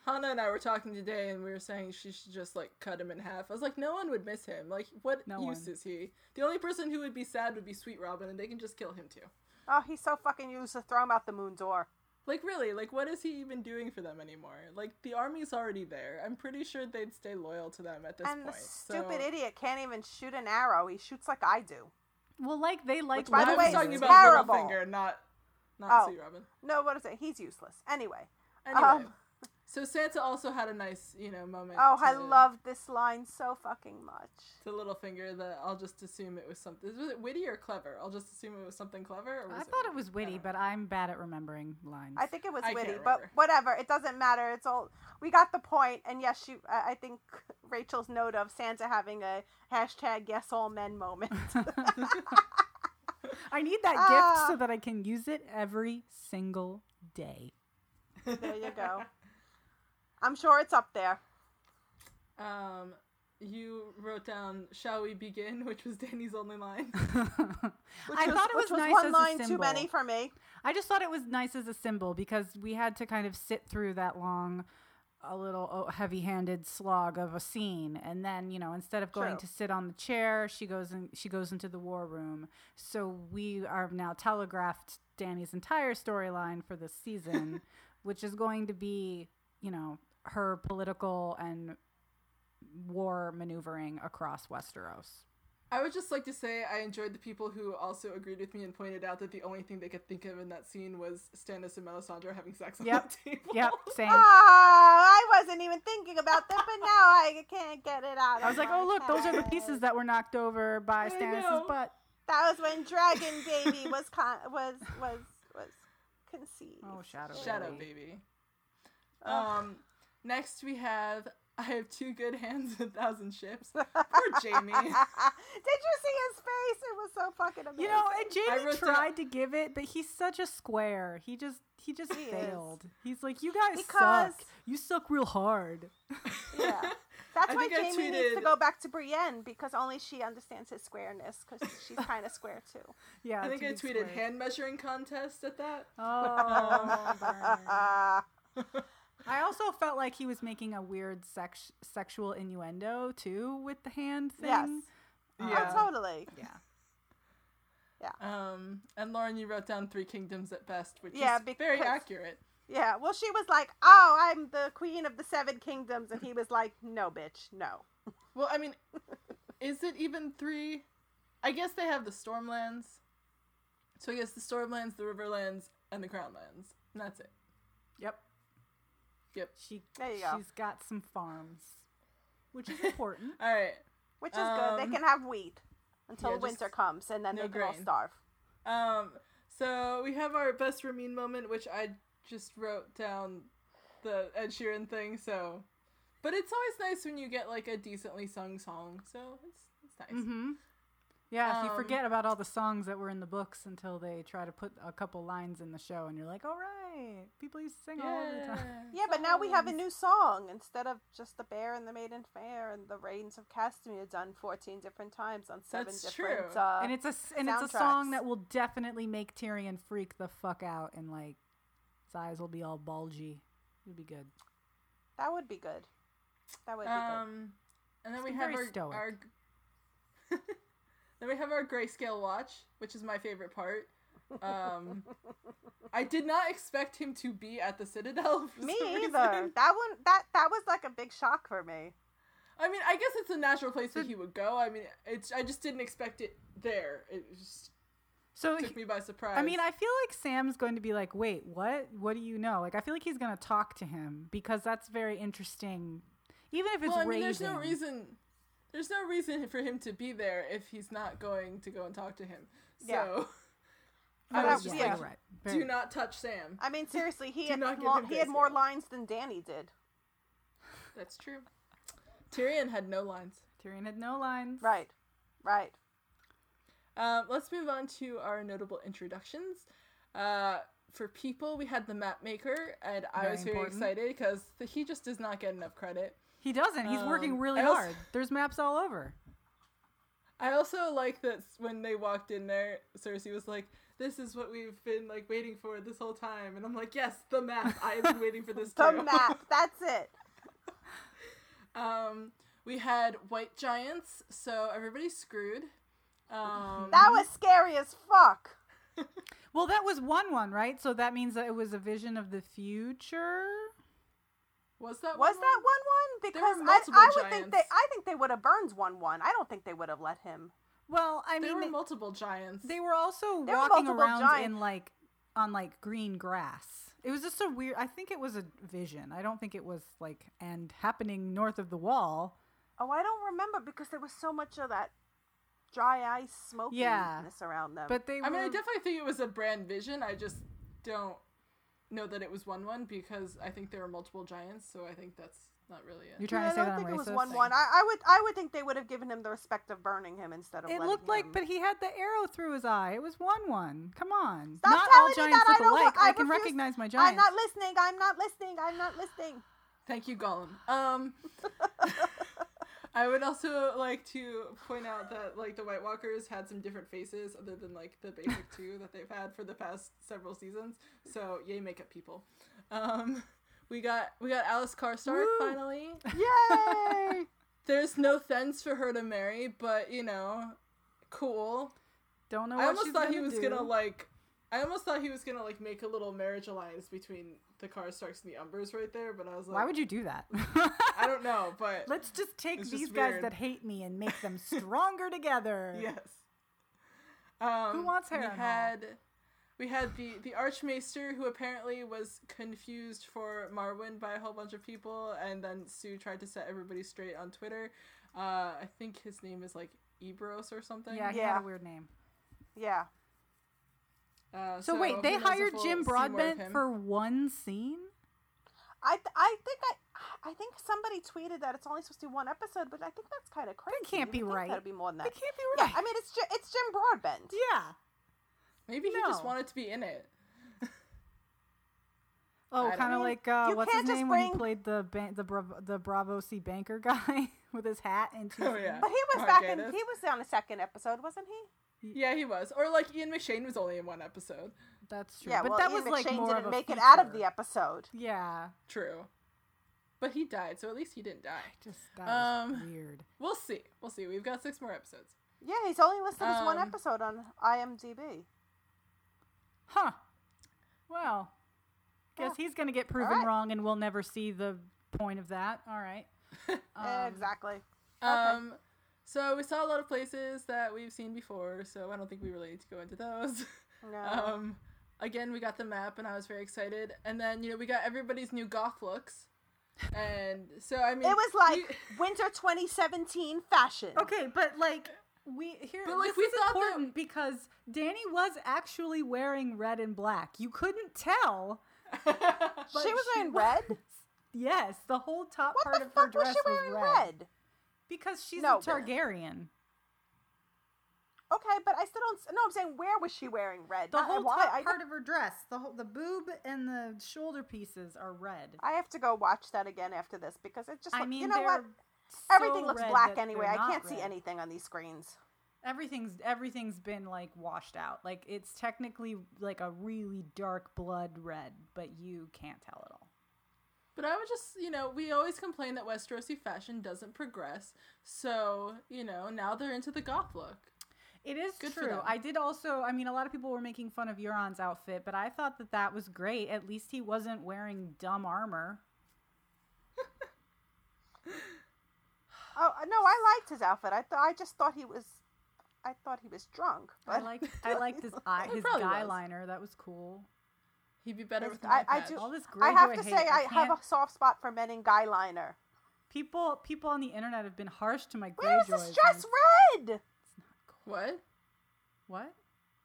Hannah and I were talking today, and we were saying she should just like cut him in half. I was like, no one would miss him. Like, what
No
use
one.
is he? The only person who would be sad would be Sweet Robin, and they can just kill him too.
Oh, he's so fucking used to throw him out the moon door.
Like, really? Like, what is he even doing for them anymore? Like, the army's already there. I'm pretty sure they'd stay loyal to them at this
and
point.
the stupid
so-
idiot can't even shoot an arrow. He shoots like I do.
Well, like they like.
by the
I
Littlefinger.
way,
was talking
it's
about
terrible.
Littlefinger, not not
Oh.
Sweet Robin.
No, what is it? He's useless. Anyway.
Anyway,
Um,
so Santa also had a nice, you know, moment.
Oh, I
to-
love this line so fucking much.
to Littlefinger that I'll just assume it was something. Was it witty or clever? I'll just assume it was something clever. Or was
I thought it was
I
witty,
don't
but I'm bad at remembering lines.
I think it was
I can't
witty, but
remember.
whatever. It doesn't matter. It's all we got the point. And yes, she. I I think Rachel's note of Santa having a hashtag yes all men moment.
I need that
Ah.
gift so that I can use it every single day.
there you go. I'm sure it's up there.
Um, you wrote down "Shall we begin," which was Danny's only line.
Which
I
was,
thought it was
which was
nice
one
as a
line too
symbol.
many for me.
I just thought it was nice as a symbol because we had to kind of sit through that long, a little oh, heavy-handed slog of a scene, and then you know instead of going
True.
to sit on the chair, she goes and she goes into the war room. So we are now telegraphed Danny's entire storyline for this season, which is going to be you know her political and war maneuvering across Westeros.
I would just like to say I enjoyed the people who also agreed with me and pointed out that the only thing they could think of in that scene was Stannis and Melisandre having sex on
Yep. Ah,
the table.
Yep, same.
Oh, I wasn't even thinking about that, but now I can't get it out.
I was like, oh look, those are the pieces that were knocked over by
I
Stannis'
know.
butt.
That was when Dragon Baby was con- was was was conceived.
Oh, Shadow.
Shadow baby. Um, next we have I have two good hands and a thousand ships. Poor
Did
Jamie.
you see his face? It was so fucking amazing.
You know, and Jamie
wrote
tried
down-
to give it, but he's such a square. He just he just
He is.
failed. He's like, you guys suck.
Because-
You suck real hard.
yeah. That's
I
why
think I
Jamie needs to
tweeted-
go back to Brienne because only she understands his squareness because she's kind of square too.
Yeah.
I think
to
I tweeted
be squared.
hand measuring contest at that.
Oh, burn.
Ah,
I also felt like he was making a weird sex- sexual innuendo too with the hand thing.
yes.
Yeah.
Oh, totally.
Yeah.
Um, and Lauren, you wrote down three kingdoms at best, which
Yeah,
is very
because-
accurate.
Yeah. Well, she was like, "Oh, I'm the queen of the seven kingdoms," and he was like, "No, bitch, no."
Well, I mean, is it even three? I guess they have the Stormlands. So I guess the Stormlands, the Riverlands, and the Crownlands. And that's it.
Yep.
Yep.
She
There you go.
she's got some farms, which is important.
All right.
Which is good.
Um,
They can have wheat until
yeah, just
winter comes, and then
no
they can all
grain.
starve.
Um, so we have our best Ramin moment, which I just wrote down the Ed Sheeran thing. So, but it's always nice when you get like a decently sung song. So it's it's nice.
hmm Yeah, if you
Um,
forget about all the songs that were in the books until they try to put a couple lines in the show, and you're like, all right, people used to sing Mm-hmm. all the time.
Yeah, but now we have a
songs.
new song instead of just the bear and the maiden fair and the reigns of Castamere done fourteen different times on seven
That's
different.
true.
Uh,
And it's a s- and it's a song
soundtracks.
that will definitely make Tyrion freak the fuck out, and like his eyes will be all bulgy. It'll be good.
that would be good. That would be good.
Um, and then
It's
we
been
have
very
our,
stoic.
our then we have our grayscale watch, which is my favorite part. Um, I did not expect him to be at the Citadel. For
Me
some
either.
reason.
That one that that was like a big shock for me.
I mean, I guess it's a natural place that he would go. I mean, it's I just didn't expect it there. It just
So
took me by surprise.
I mean, I feel like Sam's going to be like, wait, what? What do you know? Like, I feel like he's going to talk to him because that's very interesting. Even if it's
well, I mean,
raising.
there's no reason. There's no reason for him to be there if he's not going to go and talk to him. So,
Yeah.
I
that
was
was-
just
yeah.
like,
you're right.
do
Very-
not touch Sam.
I mean, seriously, he
Do
had
not give
lo-
him
he had more
grayscale.
lines than Danny did.
That's true. Tyrion had no lines.
Tyrion had no lines.
Right, right.
Um, let's move on to our notable introductions. Uh, for people, we had the map maker, and I
Very
was very
important.
excited because he just does not get enough credit.
He doesn't. He's working
Um,
really
I also-
hard. There's maps all over.
I also like that s- when they walked in there, Cersei was like, "This is what we've been like waiting for this whole time," and I'm like, "Yes, the map. I have been waiting for this."
The
too."
map. That's it.
Um, we had white giants, so everybody's screwed. Um,
That was scary as fuck.
Well, that was one one, right? So that means that it was a vision of the future.
was that
Was
one
that one
wrong?
one?
There were
Because I,
multiple
I would think they
giants.
I think they would have Burns one one. I don't think they would have let him.
Well, I
There
mean,
were
they-
multiple giants.
they were also
There were
walking
multiple
around
giant-
in like on like green grass. It was just a weird. I think it was a vision. I don't think it was like and happening north of the wall.
Oh, I don't remember because there was so much of that dry ice smokiness
Yeah.
around them.
But they.
I mean, I
were-
definitely think it was a brand vision. I just don't know that it was one one because I think there were multiple giants, so I think that's not really
You're
it.
trying
Yeah,
to say
I
that
don't
I'm
think it was
racist?
one one. I, I would I would think they would have given him the respect of burning him instead of
It
letting
looked like,
him.
but he had the arrow through his eye. It was one one. Come on,
Stop
not all
telling me
giants
that. I
look
don't
alike.
look-
I,
I
can
refuse-
recognize my
I'm
giants.
not listening. I'm not listening. I'm not listening.
Thank you, Gollum. Um, I would also like to point out that like the White Walkers had some different faces other than like the basic two that they've had for the past several seasons. So yay, makeup people. Um, we got we got Alice Karstark
Woo.
finally.
Yay!
There's no fence for her to marry, but you know, cool.
Don't know. What
I almost
she's
thought
gonna
he was
do.
gonna like. I almost thought he was gonna like make a little marriage alliance between the Karstarks and the Umbers right there, but I was like,
Why would you do that?
I don't know, but
Let's just take
It's
these
just
guys
weird.
that hate me and make them stronger together.
yes. Um,
wants hair
We
on all?
had we had the the Archmaester who apparently was confused for Marwyn by a whole bunch of people, and then Sue tried to set everybody straight on Twitter. Uh, I think his name is like Ebros or something.
Yeah, he
Yeah.
had a weird name.
Yeah.
Uh,
So, wait, they
who knows if
hired
we'll
Jim
see more of
Broadbent
him.
for one scene?
I, th- I think I I think somebody tweeted that it's only supposed to be one episode, but I think that's kind of crazy.
can't
You
be
would think
right.
That'd be more than that.
It can't be right.
Yeah, I mean it's J- it's Jim Broadbent.
yeah.
Maybe he just
No.
wanted to be in it.
Oh,
I
kind of
don't-
like uh,
You
what's
can't
his
just
name when he
bring-
played the ban- the Bravo the Bravo C banker guy with his hat and two.
Oh, yeah.
But he was
Mark
back in.
Gatiss.
He was on the second episode, wasn't he?
Yeah, he was. Or like Ian McShane was only in one episode.
That's true.
Yeah.
but
well,
that
Ian
was like
McShane
more of
didn't
a
make it out of
feature.
the episode.
Yeah,
True. But he died, so at least he didn't die.
just that was
Um,
weird.
We'll see. We'll see. We've got six more episodes.
Yeah, he's only listed as one
Um,
episode on IMDb.
Huh. Well, guess he's gonna get proven
right.
wrong, and we'll never see the point of that. All right.
Eh,
Um,
exactly.
Um so we saw a lot of places that we've seen before, so I don't think we really need to go into those.
No.
um again, we got the map and I was very excited. And then, you know, we got everybody's new goth looks. And so I mean
it was like
we-
winter 2017 fashion.
Okay, but like we here
But, like,
this
we
is
thought that-
important because Danny was actually wearing red and black. You couldn't tell. but
she was wearing
was-
red.
Yes, the whole top
What
part
the
of her
fuck was
dress
she wearing
was
red?
red, because she's
No,
a
but-
Targaryen.
Okay, but I still don't. s- No, I'm saying where was she wearing red?
The
Not-
whole
why.
top
I,
part of her dress, the whole, the boob and the shoulder pieces are red.
I have to go watch that again after this because it just.
I
look-
mean,
you know what?
they're so
Everything looks
red
black
that they're
anyway. I
not
can't see
red.
anything on these screens.
everything's everything's been like washed out. Like it's technically like a really dark blood red, but you can't tell at all.
But I would just, you know, we always complain that Westerosi fashion doesn't progress. So, you know, now they're into the goth look.
It is
Good for
true.
them.
I did also. I mean, a lot of people were making fun of Euron's outfit, but I thought that that was great. At least he wasn't wearing dumb armor.
Oh no, I liked his outfit. I thought I just thought he was, I thought he was drunk. But
I liked. I liked his eye,
He
his
probably was.
eyeliner. That was cool.
He'd be better
Yes,
with an
I-
eye
I
patch.
do-
All this
I
great.
have to
hate.
say I, have
can't-
a soft spot for men in guy liner.
people. People on the internet have been harsh to my
Where
Greyjoys.
is this dress
and-
red?
What?
What?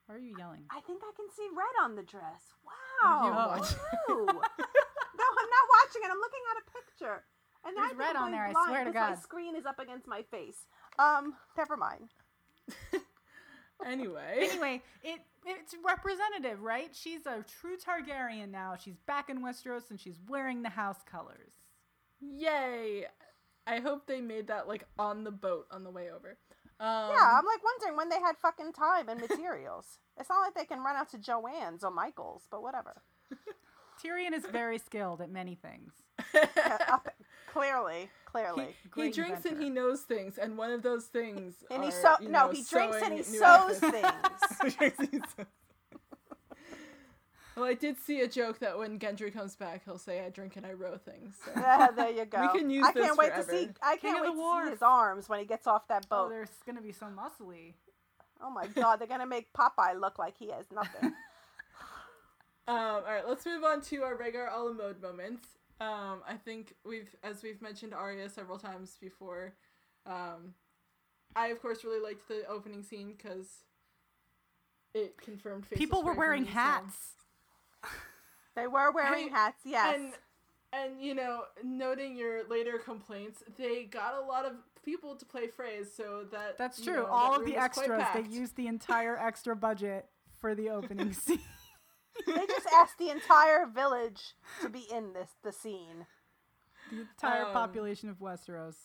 Why are you yelling?
I think I can see red on the dress. Wow.
watching?
Ew. no, I'm not watching it. I'm looking at a picture. And
There's
I think I'm
red on
going
there, I
blind
swear to
'cause My
God.
screen is up against my face. Um, never mind.
Anyway.
anyway, it it's representative, right? She's a true Targaryen now. She's back in Westeros and she's wearing the house colors.
Yay. I hope they made that like on the boat on the way over. Um,
Hmm.
yeah, I'm like wondering when they had fucking time and materials. it's not like they can run out to Joanne's or Michael's, but whatever.
Tyrion is very skilled at many things.
Yeah, up- clearly, clearly.
Great
he drinks
inventor.
and he knows things, and one of those things.
And he
are,
so
you
no,
know,
he drinks and
sewing
he
new
sews
outfits.
things.
He drinks and he sews. well, I did see a joke that when Gendry comes back, he'll say, "I drink and I row things." so.
Yeah, there you go.
can use
I can't
this
wait to see.
forever.
I
King
can't wait
of the
to see
Wharf.
his arms when he gets off that
Oh,
boat.
they're going to be so muscly.
Oh my god, they're gonna make Popeye look like he has nothing.
Um, all right, let's move on to our regular all in mode moments. Um, I think we've, as we've mentioned Arya several times before, um, I of course really liked the opening scene because it confirmed faces
People
for
were
everyone
wearing
we saw.
hats.
they were wearing
And-
hats, yes.
And and you know, noting your later complaints, they got a lot of people to play phrase, so that
That's
you
true.
know,
All
that
of
room
the
was quite
extras, they
packed.
used the entire extra budget for the opening scene.
they just asked the entire village to be in this the scene.
the entire
Oh.
Um,
population of Westeros.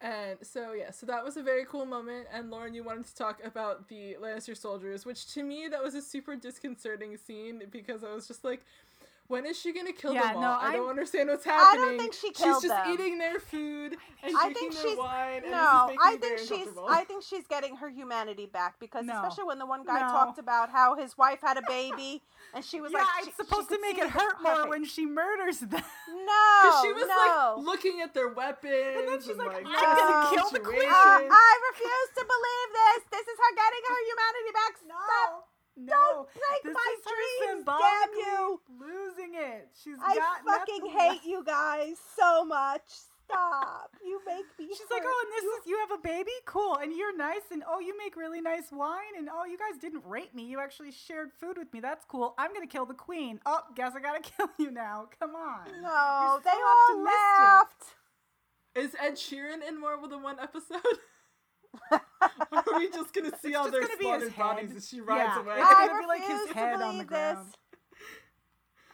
And so yeah, so that was a very cool moment. And Lauren, you wanted to talk about the Lannister soldiers, which to me that was a super disconcerting scene because I was just like, when is she gonna kill
Yeah,
them all?
no,
I
I'm-
don't understand what's
I
happening.
don't think she killed
She's just
them.
eating their food and
I
drinking
think
their
she's
wine. and
no.
this is making
I
me very
think she's.
uncomfortable.
I think she's getting her humanity back because
No.
especially when the one guy
No.
talked about how his wife had a baby and she was
Yeah,
like, she-
it's
she
supposed to
could
make
see
it hurt
her
more
face.
when she murders them.
no,
she was
no.
like looking at their weapons.
And then she's like,
like,
I'm gonna
no,
kill the
Uh,
queen.
I refuse to believe this. This is her getting her humanity back. Stop.
No.
Don't break
This
my
is her
dreams, damn
symbolically
you.
Losing it. She's
I
got
fucking
nothing
hate
left.
you guys so much. Stop. You make me
She's like,
hurt.
oh, and this is you have a baby, cool, and you're nice, and oh, you make really nice wine, and oh, you guys didn't rape me. You actually shared food with me. That's cool. I'm gonna kill the queen. Oh, guess I gotta kill you now. Come on.
No,
"Oh, You're
they
so
all left.
Is
optimistic.
Ed Sheeran in more than one episode? Or Are we just gonna see all
just
their
gonna be his
slaughtered bodies
head.
as she rides
Yeah.
away?
It's
I
gonna be like his
refuse to
head on the
believe this.
ground.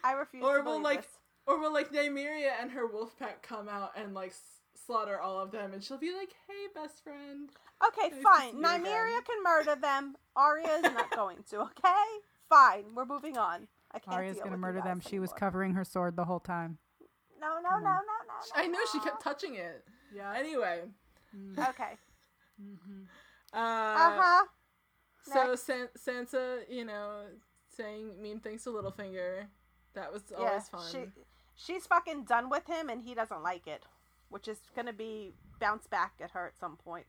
I refuse
Or
to
we'll,
believe
like,
this.
Or will like Nymeria and her wolf pack come out and like s- slaughter all of them, and she'll be like, "Hey, best friend."
Okay,
Nice to see
fine.
you
Nymeria
again.
can murder them. Arya is not going to. Okay, fine. We're moving on. I can't.
Arya's
deal
gonna
with you
murder them.
guys
She was
anymore.
covering her sword the whole time.
No, no, no,
Come
no, no,
on.
no.
I know she
no.
kept touching it. Yeah. Anyway.
Okay.
Uh
Uh huh.
So San- Sansa, you know, saying mean things to Littlefinger. That was
Yeah.
always fun.
She, she's fucking done with him, and he doesn't like it, which is gonna be bounce back at her at some point.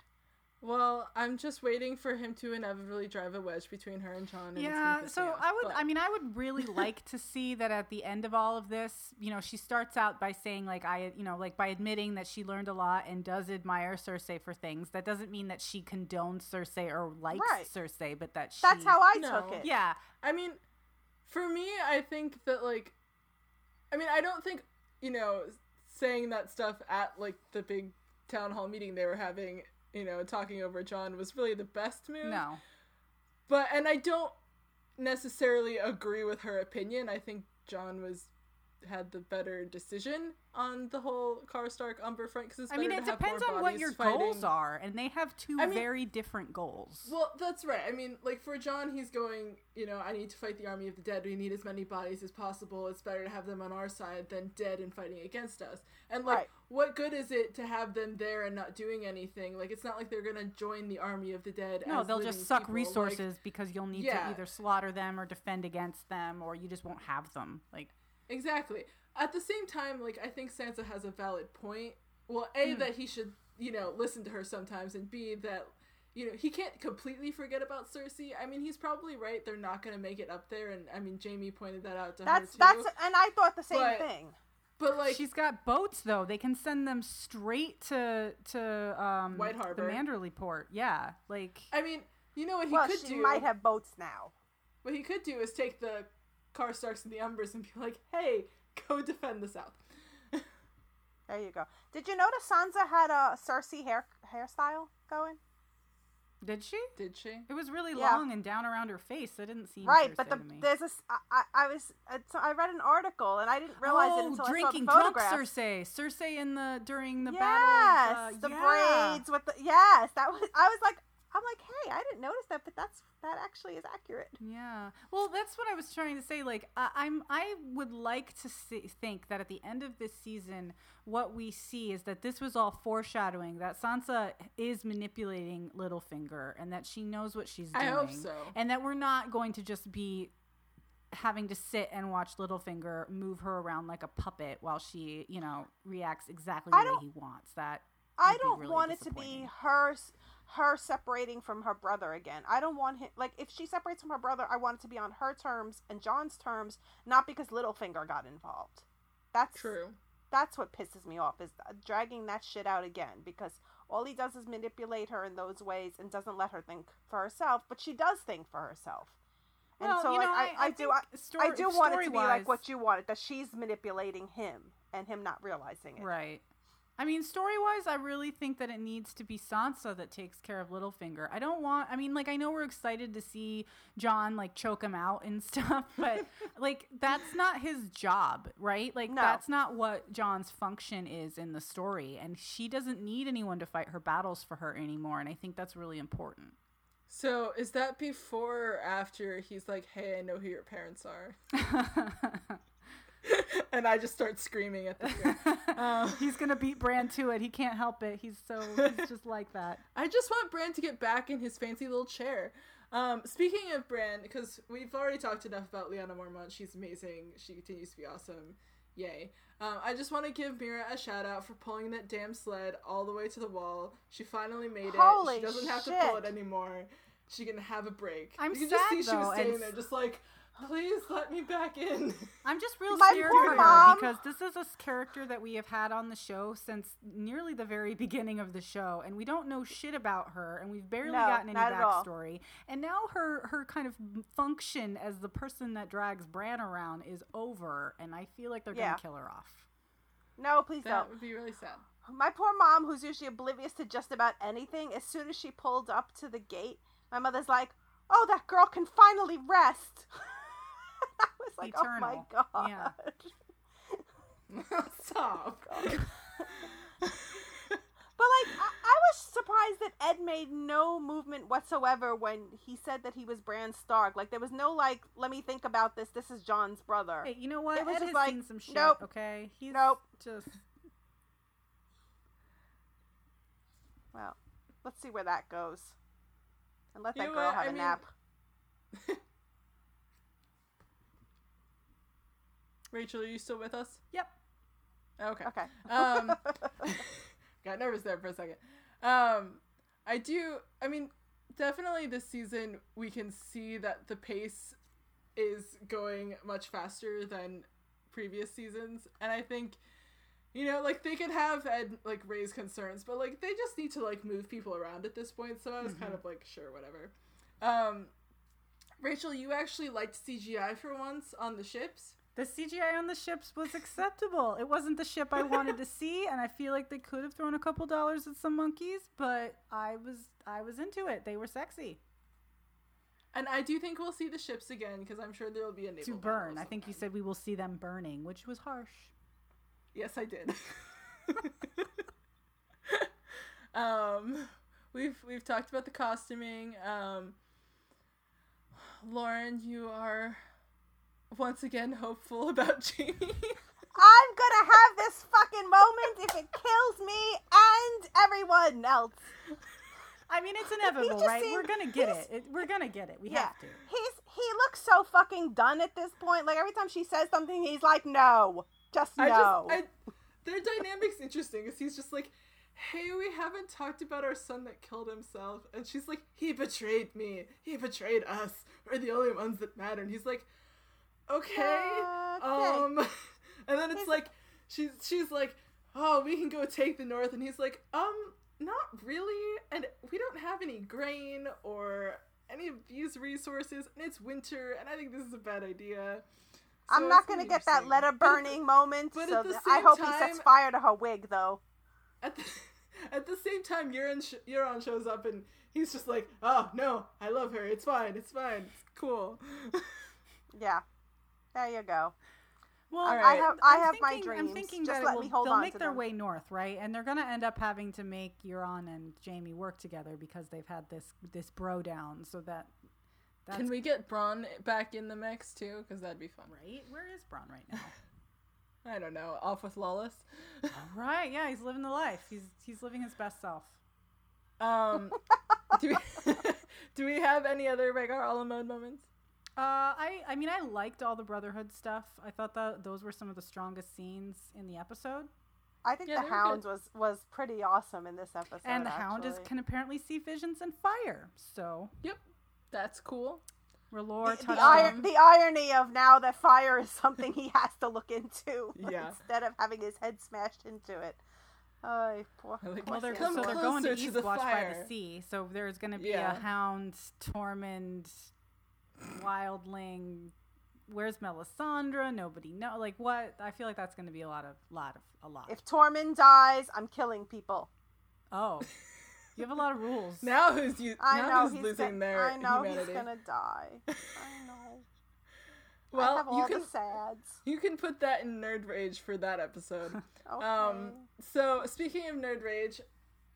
Well, I'm just waiting for him to inevitably drive a wedge between her and John. And it's gonna
Yeah,
piss
so
me off,
I would
but-
I mean I would really like to see that at the end of all of this, you know, she starts out by saying like I you know, like by admitting that she learned a lot and does admire Cersei for things. That doesn't mean that she condones Cersei or likes
Right.
Cersei, but that she
That's how I
No.
took it.
Yeah.
I mean, for me, I think that like, I mean, I don't think you know saying that stuff at like the big town hall meeting they were having, you know, talking over John was really the best move.
No.
But and I don't necessarily agree with her opinion. I think John was had the better decision on the whole Karstark Umber front because it's
I mean
better
it
to have
depends
more
on what
bodies
your
fighting.
goals are and they have two
I mean-
very different goals.
Well, that's right. I mean, like for John, he's going, you know, I need to fight the army of the dead. We need as many bodies as possible. It's better to have them on our side than dead and fighting against us. And like,
Right.
what good is it to have them there and not doing anything? Like, it's not like they're gonna join the army of the dead.
No,
as
they'll
living
just suck
people. Like,
resources because you'll need
Yeah.
to either slaughter them or defend against them or you just won't have them. Like
exactly. At the same time, like I think Sansa has a valid point. Well, a
Hmm.
that he should, you know, listen to her sometimes, and b that. You know, he can't completely forget about Cersei. I mean, he's probably right. They're not going to make it up there. And I mean, Jamie pointed that out to her.
That's
Too.
that's, and I thought the same
But-
thing.
But like,
she's got boats though. They can send them straight to to um
White Harbor. Uh,
the Manderley port. Yeah, like
I mean, you know what he
well,
could
she
do?
might have boats now.
What he could do is take the Karstarks and the Umbers and be like, "Hey, go defend the South."
There you go. Did you notice Sansa had a Cersei hair hairstyle going?
did she?
Did she?
It was really
Yeah.
long and down around her face. That didn't seem
Right, but
Cersei
the,
to me.
there's this. I, I, I was. it's- I read an article and I didn't realize it
oh,
until
drinking
I saw the
drunk
photograph.
Cersei. Cersei in the during the
yes,
battle. of, uh,
the
yeah.
braids with the yes. That was. I was like, I'm like, hey, I didn't notice that, but that's that actually is accurate.
Yeah. Well, that's what I was trying to say. Like, I, I'm, I would like to see, think that at the end of this season, what we see is that this was all foreshadowing that Sansa is manipulating Littlefinger and that she knows what she's doing.
I hope so.
And that we're not going to just be having to sit and watch Littlefinger move her around like a puppet while she, you know, reacts exactly
I
the way
don't-
he wants. That
I
would be
don't
really
want it to be
disappointing.
her s- her separating from her brother again. I don't want him like if she separates from her brother, I want it to be on her terms and John's terms, not because Littlefinger got involved. That's
True.
That's what pisses me off is uh, dragging that shit out again because all he does is manipulate her in those ways and doesn't let her think for herself, but she does think for herself. And
Well,
so
you
like
know,
I,
I-
I,
I
do
think
I, I
stor-
do want it to be
story-wise-
like what you wanted that she's manipulating him and him not realizing it.
Right. I mean, story wise, I really think that it needs to be Sansa that takes care of Littlefinger. I don't want. I mean, like, I know we're excited to see John like choke him out and stuff, but like, that's not his job, right? Like,
No.
that's not what John's function is in the story, and she doesn't need anyone to fight her battles for her anymore. And I think that's really important.
So is that before or after he's like, "Hey, I know who your parents are," and I just start screaming at the. mirror.
Uh.
he's gonna beat Bran to it. He can't help it. He's so he's just like that.
I just want Bran to get back in his fancy little chair. Um, speaking of Bran, because we've already talked enough about Liana Mormont, she's amazing. She continues to be awesome. Yay. Um, I just want to give Mira a shout out for pulling that damn sled all the way to the wall. She finally made it.
Holy
She doesn't have to pull it
shit.
anymore. She can have a break.
I'm
you can just
sad,
see she was
though, and
standing
s-
there just like, please let me back in.
I'm just real
My
scared
poor
for her
mom.
because this is a s- character that we have had on the show since nearly the very beginning of the show, and we don't know shit about her, and we've barely
No,
gotten any
not at all.
backstory. And now her her kind of m- function as the person that drags Bran around is over, and I feel like they're
Yeah.
gonna kill her off.
No, please
that
don't.
would be really sad.
My poor mom, who's usually oblivious to just about anything, as soon as she pulled up to the gate, my mother's like, "Oh, that girl can finally rest." I was was like,
Eternal.
oh my god.
Yeah.
Stop.
But like, I-, I was surprised that Ed made no movement whatsoever when he said that he was Bran Stark. Like, there was no like, let me think about this. This is John's brother.
Hey, you know what?
It was
Ed
just
has
like,
seen some shit.
nope.
Okay, he's
Nope.
just
Well, let's see where that goes, and let
You
that
know
girl
what?
have
I
a
mean-
nap.
Rachel, are you still with us?
yep.
Okay.
Okay.
Um, got nervous there for a second. Um, I do. I mean, definitely this season we can see that the pace is going much faster than previous seasons, and I think. You know, like they could have and like raise concerns, but like they just need to like move people around at this point. So I was kind of like, sure, whatever. Um, Rachel, you actually liked CGI for once on the ships.
The CGI on the ships was acceptable. it wasn't the ship I wanted to see, and I feel like they could have thrown a couple dollars at some monkeys, but I was I was into it. They were sexy
And I do think we'll see the ships again because I'm sure there will be a naval
to
battle
burn.
of
I
some
think you
kind.
said we will see them burning, which was harsh.
yes, I did. um, we've we've talked about the costuming. Um, Lauren, you are once again hopeful about Jamie.
I'm gonna have this fucking moment if it kills me and everyone else.
I mean, it's inevitable,
just
right?
seemed-
we're gonna get it. it. We're gonna get it. We
Yeah.
have to.
He's he looks so fucking done at this point. Like every time she says something, he's like, "No, just
I
no."
just, I, their dynamic's interesting because he's just like, hey, we haven't talked about our son that killed himself. And she's like, he betrayed me. He betrayed us. We're the only ones that matter. And he's like, okay.
Okay.
Um, and then it's
He's-
like, she's, she's like, oh, we can go take the north. And he's like, um, not really. And we don't have any grain or any of these resources. And it's winter. And I think this is a bad idea. So
I'm not
it's gonna
gonna
be
get that
interesting.
letter
But it's-
burning moment.
but
so
at the
th- I
same
hope he sets
time-
fire to her wig, though.
at the, at the same time, Euron, sh- Euron shows up and he's just like, oh, no, I love her. It's fine. It's fine. It's cool.
Yeah, there you go.
Well,
All
I
right.
have I
I'm
have my
thinking-
dreams.
I'm thinking
just
that
let
it will,
me hold
they'll
on
make
to
their
them.
way north, right? And they're going to end up having to make Euron and Jamie work together because they've had this this bro down. So that that's
Can we get Braun back in the mix, too? Because that'd be fun.
right. Where is Bron right now?
I don't know. Off with Lawless.
All right. Yeah, he's living the life. He's he's living his best self.
Um, do, we, do we have any other Rhaegar Alamode moments?
Uh, I I mean I liked all the Brotherhood stuff. I thought that those were some of the strongest scenes in the episode.
I think
Yeah,
the
they were good.
hound was was pretty awesome in this episode.
and the Hound is
actually.
can apparently see visions and fire. So
Yep. That's cool.
R'hllor
the,
touched
ir-
him.
the irony of now that fire is something he has to look into
Yeah.
instead of having his head smashed into it. Oh, poor,
I like
poor
Well, they're,
Come
so
Sansa.
they're going to
closer to the
Eastwatch by
fire.
the sea, so there's going to be
Yeah.
a hound, Tormund, wildling. Where's Melisandre? Nobody know. Like what? I feel like that's going to be a lot of, lot of, a lot.
If Tormund dies, I'm killing people.
oh, you have a lot of rules.
Now who's, you,
I
now
know
who's
he's
losing
gonna,
their
I know
humanity?
he's gonna die. I know. I
well,
have all
you can
the sads. Oh,
you can put that in nerd rage for that episode.
Okay.
Um, so speaking of nerd rage,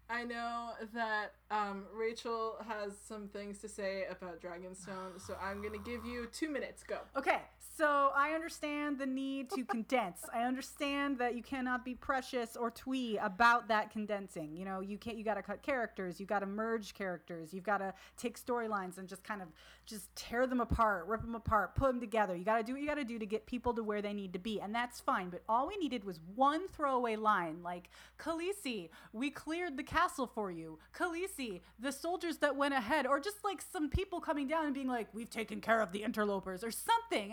I know that um, Rachel has some things to say about Dragonstone, so I'm gonna give you two minutes. Go.
Okay, so I understand the need to condense. I understand that you cannot be precious or twee about that condensing. You know, you can't. You got to cut characters. You got to merge characters. You've got to take storylines and just kind of just tear them apart, rip them apart, put them together. You got to do what you got to do to get people to where they need to be, and that's fine. But all we needed was one throwaway line, like Khaleesi, we cleared the castle for you. Khaleesi, the soldiers that went ahead, or just like some people coming down and being like, we've taken care of the interlopers or something.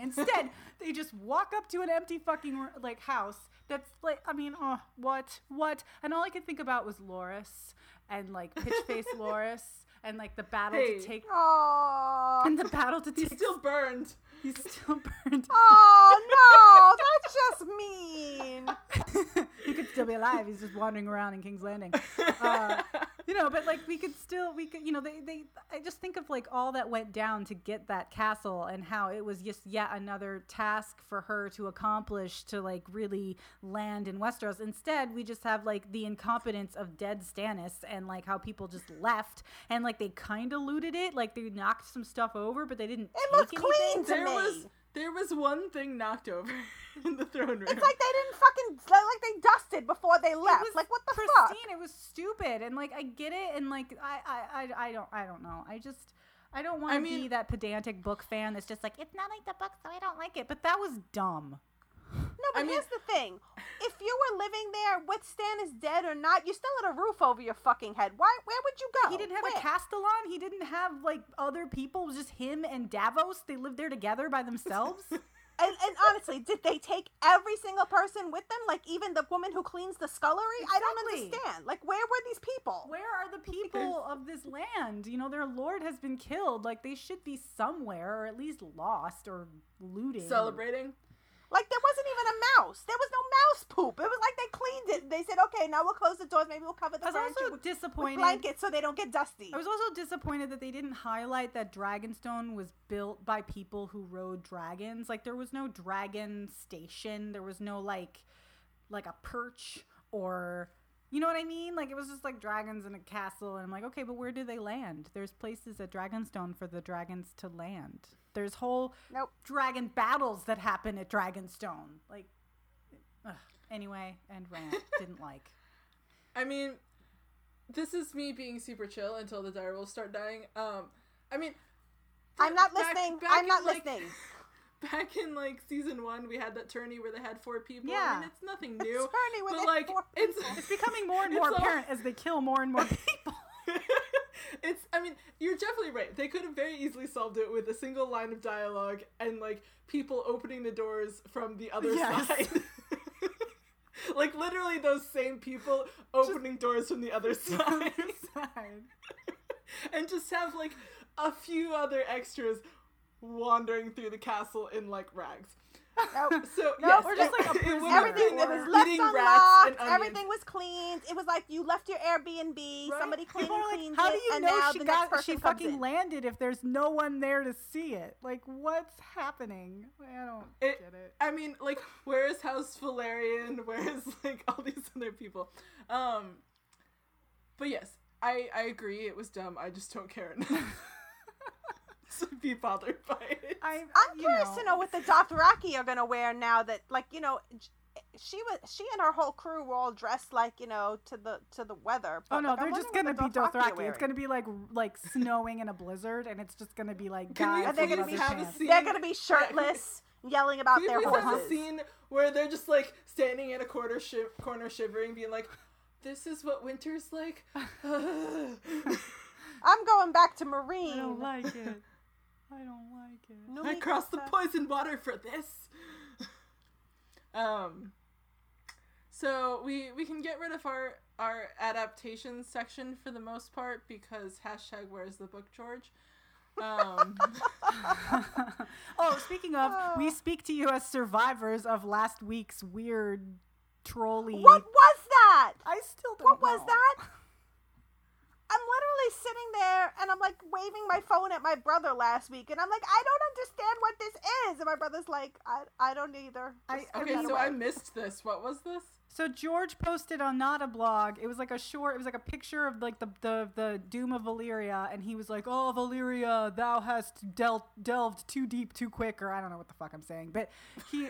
Instead, they just walk up to an empty fucking r- like house that's like, I mean, oh, what, what? And all I could think about was Loris and like pitchface Loris and like the battle
Hey.
to take.
Aw.
And the battle to
He's
take.
still burned.
he's still burned.
Oh no, that's just mean.
he could still be alive. He's just wandering around in King's Landing. Uh, you know, but like we could still, we could, you know, they, they, I just think of like all that went down to get that castle and how it was just yet another task for her to accomplish to like really land in Westeros. Instead, we just have like the incompetence of dead Stannis and like how people just left and like they kind of looted it. Like they knocked some stuff over, but they didn't.
It looked
take
clean
anything.
to
there
me.
was there was one thing knocked over in the throne room.
It's like they didn't fucking like they dusted before they left.
was
Like what the fuck?
pristine. It was stupid, and like I get it, and like I, I, I, I don't, I don't know. I just, I don't want to be
mean-
that pedantic book fan that's just like it's not like the book, so I don't like it. But that was dumb.
No, but
I mean-
here's the thing: if you were living there, with Stan is dead or not, you still had a roof over your fucking head. Why? Where would you go?
He didn't have
Where?
a castellan. He didn't have like other people. It was just him and Davos. They lived there together by themselves.
And, and honestly, did they take every single person with them? Like even the woman who cleans the scullery? I don't
Exactly.
understand. Like where were these people?
Where are the people of this land? You know, their lord has been killed. Like they should be somewhere, or at least lost or looting. or-
celebrating.
Like there wasn't even a mouse. There was no mouse poop. It was like they cleaned it. They said, okay, now we'll close the doors. Maybe we'll cover the
I was
furniture
also
with, with
disappointed.
blankets so they don't get dusty.
I was also disappointed that they didn't highlight that Dragonstone was built by people who rode dragons. Like there was no dragon station. There was no like like a perch or you know what I mean? Like it was just like dragons in a castle and I'm like, okay, but where do they land? There's places at Dragonstone for the dragons to land. There's whole
Nope.
dragon battles that happen at Dragonstone. Like ugh. anyway, and rant didn't like.
I mean, this is me being super chill until the direwolves start dying. Um, I mean,
I'm not
back-
listening.
back
I'm
in,
not
like-
listening.
Back in like season one, we had that tourney where they had four people. I
Yeah.
mean, it's nothing new,
Attorney with
but
it
like
for-
it's
It's becoming more and
It's
more
all-
apparent as they kill more and more people.
it's i mean you're definitely right they could have very easily solved it with a single line of dialogue and like people opening the doors from the other
Yes.
side like literally those same people opening doors from the other side and just have like a few other extras wandering through the castle in like rags
Nope.
so
No,
yes,
or just,
it-
like, a
it would
prisoner.
have
Everything
been
that
Or-
was left
eating rats and
unlocked.
onions.
Everything was cleaned. It was like you left your Airbnb.
Right?
Somebody cleaned,
People are like,
cleaned
how
it,
do you
and
know
now
she
the next
got
person
she
comes
fucking
in."
landed if there's no one there to see it? Like, what's happening? I don't
It-
get it.
I mean, like, where is House Valerian? Where is like all these other people? Um, but yes, I I agree. It was dumb. I just don't care enough to be bothered by it.
I,
I'm
you
curious to know what the Dothraki are gonna wear now. That like you know, j- she was she and her whole crew were all dressed like you know to the to the weather. But,
Oh no,
like, I
they're
wonder
just
what
gonna
the
be
are
Dothraki.
wearing.
It's gonna be like like snowing in a blizzard, and it's just gonna be like
Can we
guys.
And they're
with
gonna
leather
be
have a
pants.
scene-
they're gonna be shirtless, yelling about
Can we
their
please have a
horses.
scene where they're just like standing in a corner shi- corner shivering, being like, "This is what winter's like."
I'm going back to
I don't
Marine.
like it. I don't like it.
I
Numi
crossed the
Kosa.
poison water for this. um. So we we can get rid of our our adaptation section for the most part because hashtag where's the book George. Um,
oh, speaking of,
Oh.
we speak to you as survivors of last week's weird trolley.
What was that?
I still don't.
What was
know.
that? I'm literally sitting there and I'm like waving my phone at my brother last week and I'm like, I don't understand what this is. And my brother's like, I, I don't either.
I-
Just put
okay,
that
so
away."
I missed this. What was this?
So George posted on not a blog. It was like a short. It was like a picture of like the the, the doom of Valyria, and he was like, "Oh Valyria, thou hast del- delved too deep too quick," or I don't know what the fuck I'm saying, but he.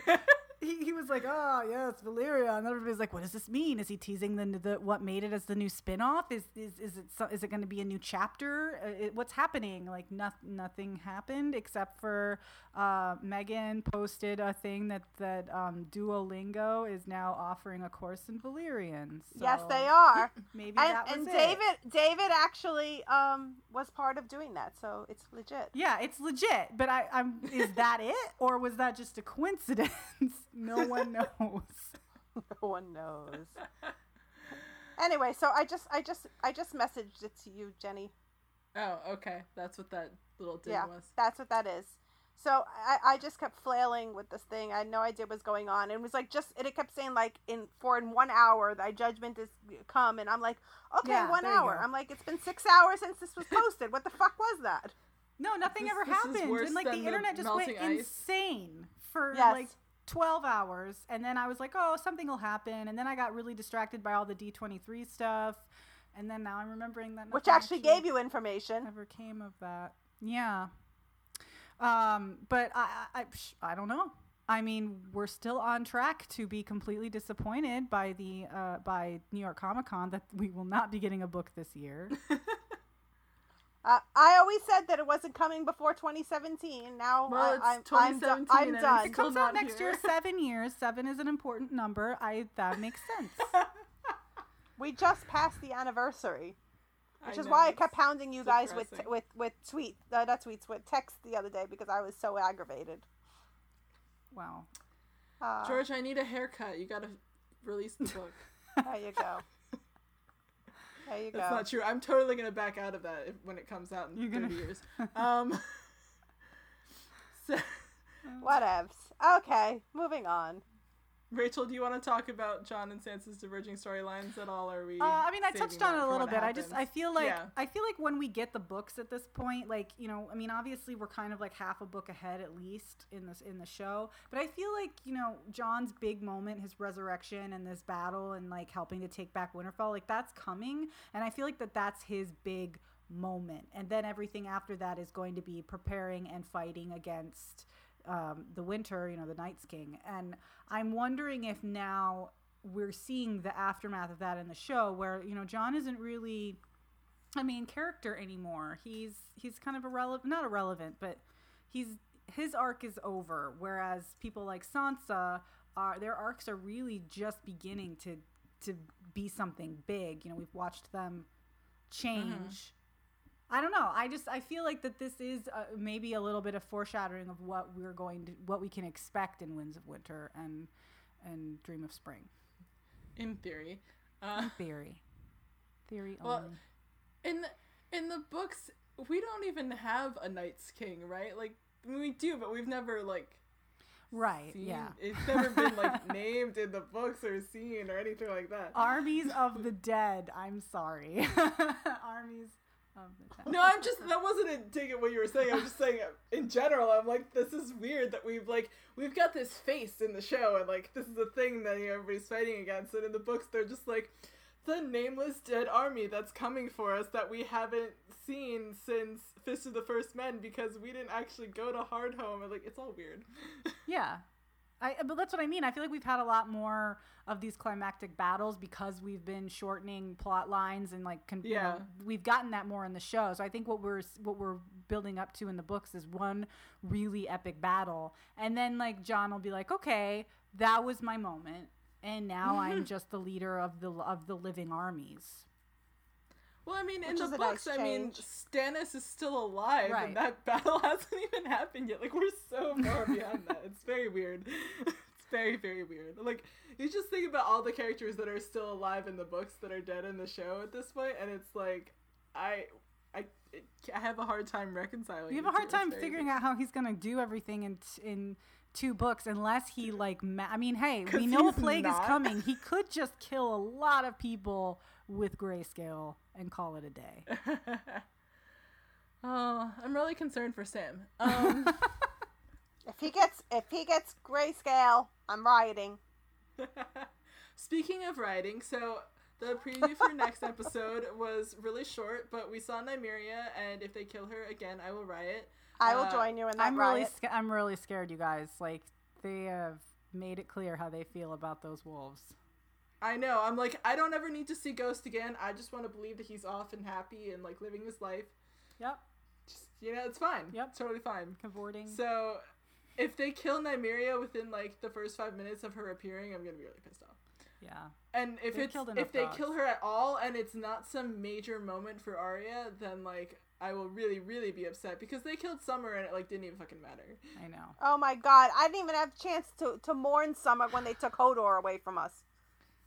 He, he was like, oh yes, Valyria, and everybody's like, what does this mean? Is he teasing the, the what made it as the new spin-off? Is is, is it so, is it going to be a new chapter? Uh, it, what's happening? Like nothing nothing happened except for uh, Megan posted a thing that that um, Duolingo is now offering a course in Valyrian. So
yes, they are.
Maybe
and
that was
and
it.
David David actually um was part of doing that, so it's legit.
Yeah, it's legit, but I, I'm. Is that it, or was that just a coincidence? no one knows.
No one knows. anyway, so I just I just I just messaged it to you, Jenny.
Oh, okay, that's what that little ding
yeah,
was.
that's what that is. So I, I just kept flailing with this thing. I had no idea what was going on. And it was like just and it kept saying like in for in one hour thy judgment is come and I'm like, Okay,
Yeah,
one
there you
hour.
go.
I'm like, it's been six hours since this was posted. what the fuck was that?
No, nothing
This-
ever
this is
happened.
worse
And like the
than the
internet just went
melting ice.
insane for
Yes.
like 12 hours. And then I was like, oh, something will happen. And then I got really distracted by all the D23 stuff. And then now I'm remembering that.
Which
nothing
actually gave you information.
Never came of that. Yeah. Um, but I, I, I, psh, I don't know. I mean, we're still on track to be completely disappointed by the uh, by New York Comic Con that we will not be getting a book this year.
Uh, I always said that it wasn't coming before 2017. Now
Well,
I,
it's
I'm, I'm, do-
2017
I'm
and it's
done.
It
Still
comes
not
out next year.
here.
Seven years. Seven is an important number. I that makes sense.
We just passed the anniversary, which
I
is
know,
why I
it's-
kept hounding you guys with
depressing.
with with tweet uh, not tweets with text the other day because I was so aggravated.
wow.
Uh,
George, I need a haircut. You gotta release the book.
there you go. There you go.
That's not true. I'm totally gonna back out of that if, when it comes out in
You're gonna-
30 years. Um, so,
Whatevs. Okay, moving on.
Rachel, do you want to talk about John and Sansa's diverging storylines at all? Or are we?
Uh, I mean, I
saving
touched on
that
it a
for
little
when
bit. I just I
happens?
feel like
Yeah.
I feel like when we get the books at this point, like you know, I mean, obviously we're kind of like half a book ahead at least in this in the show. But I feel like you know John's big moment, his resurrection and this battle and like helping to take back Winterfell, like that's coming, and I feel like that that's his big moment, and then everything after that is going to be preparing and fighting against um, the winter, you know, the Night's King. And I'm wondering if now we're seeing the aftermath of that in the show where, you know, John isn't really a main character anymore. He's he's kind of irrelevant, not irrelevant, but he's his arc is over. Whereas people like Sansa are their arcs are really just beginning to to be something big. You know, we've watched them change. I don't know. I just I feel like that this is uh, maybe a little bit of foreshadowing of what we're going to what we can expect in Winds of Winter and and Dream of Spring.
in theory, uh,
Theory, theory only.
Well, in the, in the books, we don't even have a Knight's King, right? Like we do, but we've never like
right?
seen.
Yeah.
It's never been like named in the books or seen or anything like that.
Armies of the Dead. I'm sorry. Armies of the Dead.
No, I'm just that wasn't a dig at what you were saying. I'm just saying uh, in general, I'm like, this is weird that we've like we've got this face in the show and like this is a thing that you know, everybody's fighting against, and in the books they're just like the nameless dead army that's coming for us that we haven't seen since Fist of the First Men because we didn't actually go to Hardhome and like it's all weird.
Yeah. I, but that's what I mean. I feel like we've had a lot more of these climactic battles because we've been shortening plot lines and like con- you know,
Yeah.
we've gotten that more in the show. So I think what we're what we're building up to in the books is one really epic battle, and then like John will be like, okay, that was my moment, and now I'm just the leader of the of the living armies.
Well, I mean, in
Which
the
is a
books,
nice
I mean,
change.
Stannis is still alive,
Right.
and that battle hasn't even happened yet. Like, we're so far beyond that. It's very weird. It's very, very weird. Like, you just think about all the characters that are still alive in the books that are dead in the show at this point, and it's like, I, I, it, I have a hard time reconciling.
You have a hard time figuring out how he's gonna do everything in t- in two books, unless he like. Ma- I mean, hey,
'Cause
we know a
he's
plague is
not.
coming. He could just kill a lot of people with grayscale and call it a day.
out. oh, I'm really concerned for Sam. Um,
If he gets if he gets grayscale, I'm rioting.
Speaking of writing, so the preview for next episode was really short, but we saw Nymeria, and if they kill her again, I will riot.
I will
Uh,
join you in that
I'm really,
riot.
sca- I'm really scared, you guys. Like they have made it clear how they feel about those wolves.
I know. I'm like, I don't ever need to see Ghost again. I just want to believe that he's off and happy and like living his life.
Yep,
Just, you know, it's fine.
Yep.
Totally fine.
cavorting.
So if they kill Nymeria within like the first five minutes of her appearing, I'm going to be really pissed off.
yeah,
And if
They've
it's
killed enough
if they
dogs.
kill her at all and it's not some major moment for Arya, then like I will really really be upset because they killed Summer and it like didn't even fucking matter.
I know.
Oh my god, I didn't even have a chance to, to mourn Summer when they took Hodor away from us.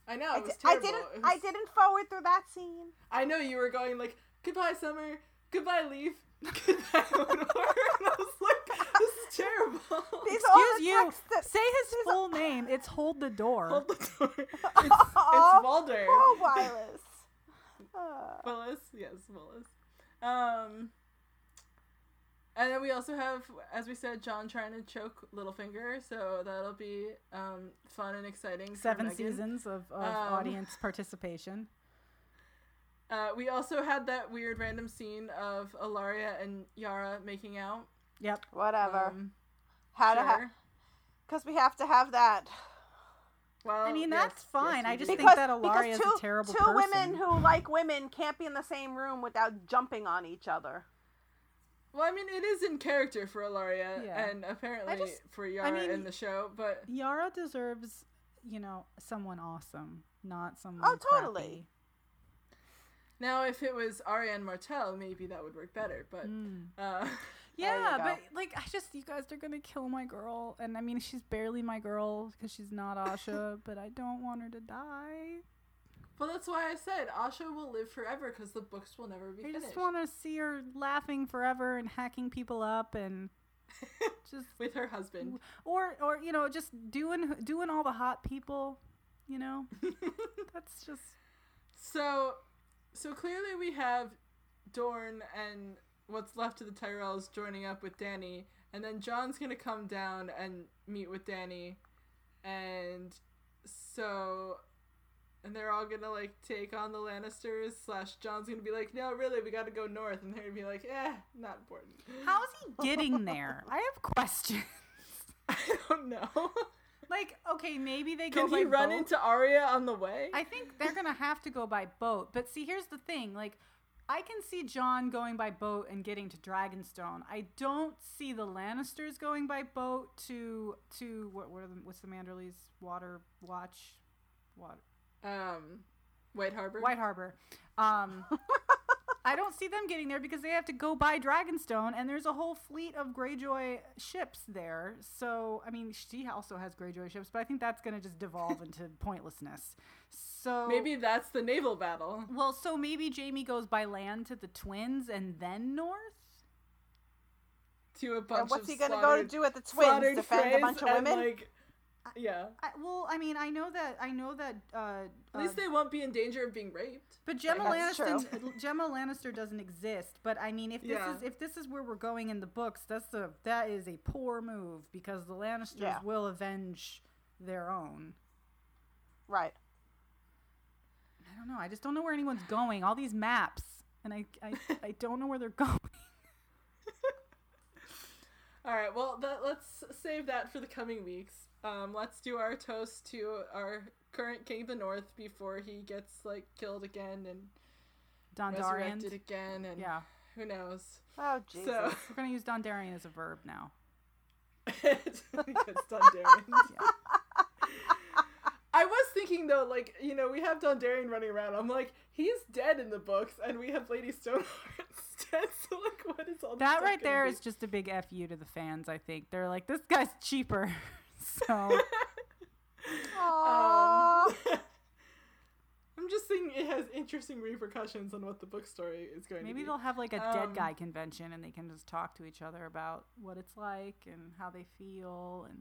I know
I,
it was
di- I
terrible.
didn't
It
I
was-
didn't forward through that scene.
I know you were going like goodbye Summer, goodbye Leaf, goodbye Hodor, and I was like this is That's terrible.
These are all
Excuse
the
you.
texts that
Say his full name. It's Hold the Door.
Hold the door. It's, it's Mulder.
Oh, Wireless. Uh,
Willis, yes, Willis. Um, and then we also have, as we said, John trying to choke Littlefinger, so that'll be um, fun and exciting. for
Seven
Megan.
seasons of, of
Um,
audience participation.
Uh, we also had that weird random scene of Alaria and Yara making out.
Yep.
whatever.
Um,
How to have?
sure.
Because we have to have that.
Well,
I mean,
yes,
that's fine.
yes,
I
we
just
do.
think that Alaria is a
two,
terrible
two
person.
women who like women can't be in the same room without jumping on each other.
Well, I mean, it is in character for Alaria,
Yeah.
and apparently
just-
for Yara
mean,
in the show, but
Yara deserves, you know, someone awesome, not someone.
Oh, totally.
now if it was Ariane Martel, maybe that would work better, but.
crappy. Mm.
Uh,
There you
Yeah,
go.
but like, I just you guys are gonna kill my girl, and I mean, she's barely my girl because she's not Asha, but I don't want her to die.
Well, that's why I said Asha will live forever because the books will never be
I
finished.
just want to see her laughing forever and hacking people up and just
With her husband.
or or you know just doing doing all the hot people, you know. That's just
So, so clearly we have Dorn and what's left of the Tyrells joining up with Danny, and then John's gonna come down and meet with Danny, and so, and they're all gonna like take on the Lannisters. Slash, John's gonna be like, no, really, we gotta go north, and they're gonna be like, eh, not important.
how's he getting there? I have questions.
I don't know.
Like, okay, maybe they go
Can
by
he run
boat.
into Arya on the way?
I think they're gonna have to go by boat. But see, here's the thing: like, I can see John going by boat and getting to Dragonstone. I don't see the Lannisters going by boat to to what? What are the, what's the Manderley's water watch? Water
Um, White Harbor.
White Harbor. Um, I don't see them getting there because they have to go by Dragonstone, and there's a whole fleet of Greyjoy ships there. So, I mean, she also has Greyjoy ships, but I think that's going to just devolve into pointlessness. So
Maybe that's the naval battle.
Well, so maybe Jamie goes by land to the twins and then north.
To a bunch
And what's
of
he going to go to
slaughtered-
do with the
slaughtered
twins? Defend a
Freys
bunch of
and,
women?
Like, yeah.
I, well, I mean, I know that I know that. Uh,
At
uh,
Um.
least they won't be in danger of being raped.
but Gemma
That's
Lannister, Gemma Lannister doesn't exist. But I mean, if this
Yeah.
is if this is where we're going in the books, that's a that is a poor move because the Lannisters
Yeah.
will avenge their own.
right.
I don't know. I just don't know where anyone's going. All these maps, and I I, I don't know where they're going.
All right. Well, that, let's save that for the coming weeks. Um, let's do our toast to our current king of the north before he gets like killed again and
Dondarrion.
resurrected again, and
Yeah,
who knows?
Oh, Jesus.
So um,
we're gonna use Dondarrion as a verb now.
It's Dondarrion. I was thinking though, like you know, we have Dondarrion running around. I'm like, he's dead in the books, and we have Lady Stoneheart instead. So like, what is all this
That
stuff
right
gonna
there
be?
is just a big fu to the fans. I think they're like, this guy's cheaper. so
Aww.
Um, I'm just saying it has interesting repercussions on what the book story is going to
maybe
be.
they'll have like a
Um,
dead guy convention and they can just talk to each other about what it's like and how they feel. And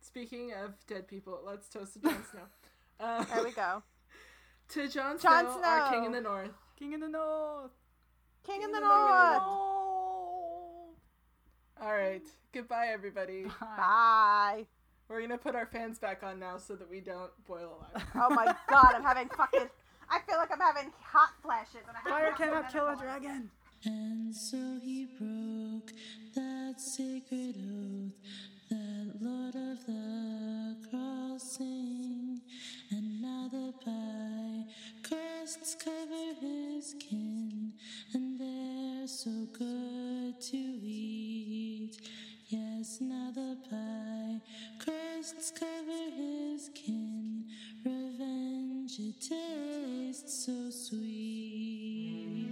Speaking of dead people, let's toast to Jon Snow. Um,
there we go.
To Jon Snow,
Jon
our king
Snow.
in the north.
King in the North.
King in
in
the
the North.
North.
Oh.
All right, goodbye, everybody.
Hi.
Bye.
We're gonna put our fans back on now so that we don't boil alive.
Oh my god, I'm having fucking. I feel like I'm having hot flashes. And I have
Fire
to
cannot kill a
remember.
dragon.
And so he broke that sacred oath, that Lord of the Crossing. And now the pie crests cover his kin, and they're so good to eat. Yes, now the pie crests cover his kin, revenge it tastes so sweet.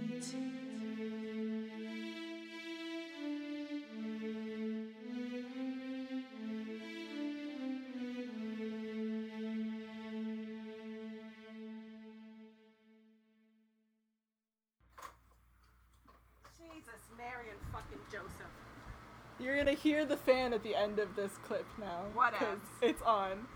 Jesus, Mary, and fucking Joseph.
You're gonna hear the fan at the end of this clip now.
What
'cause
else?
It's on.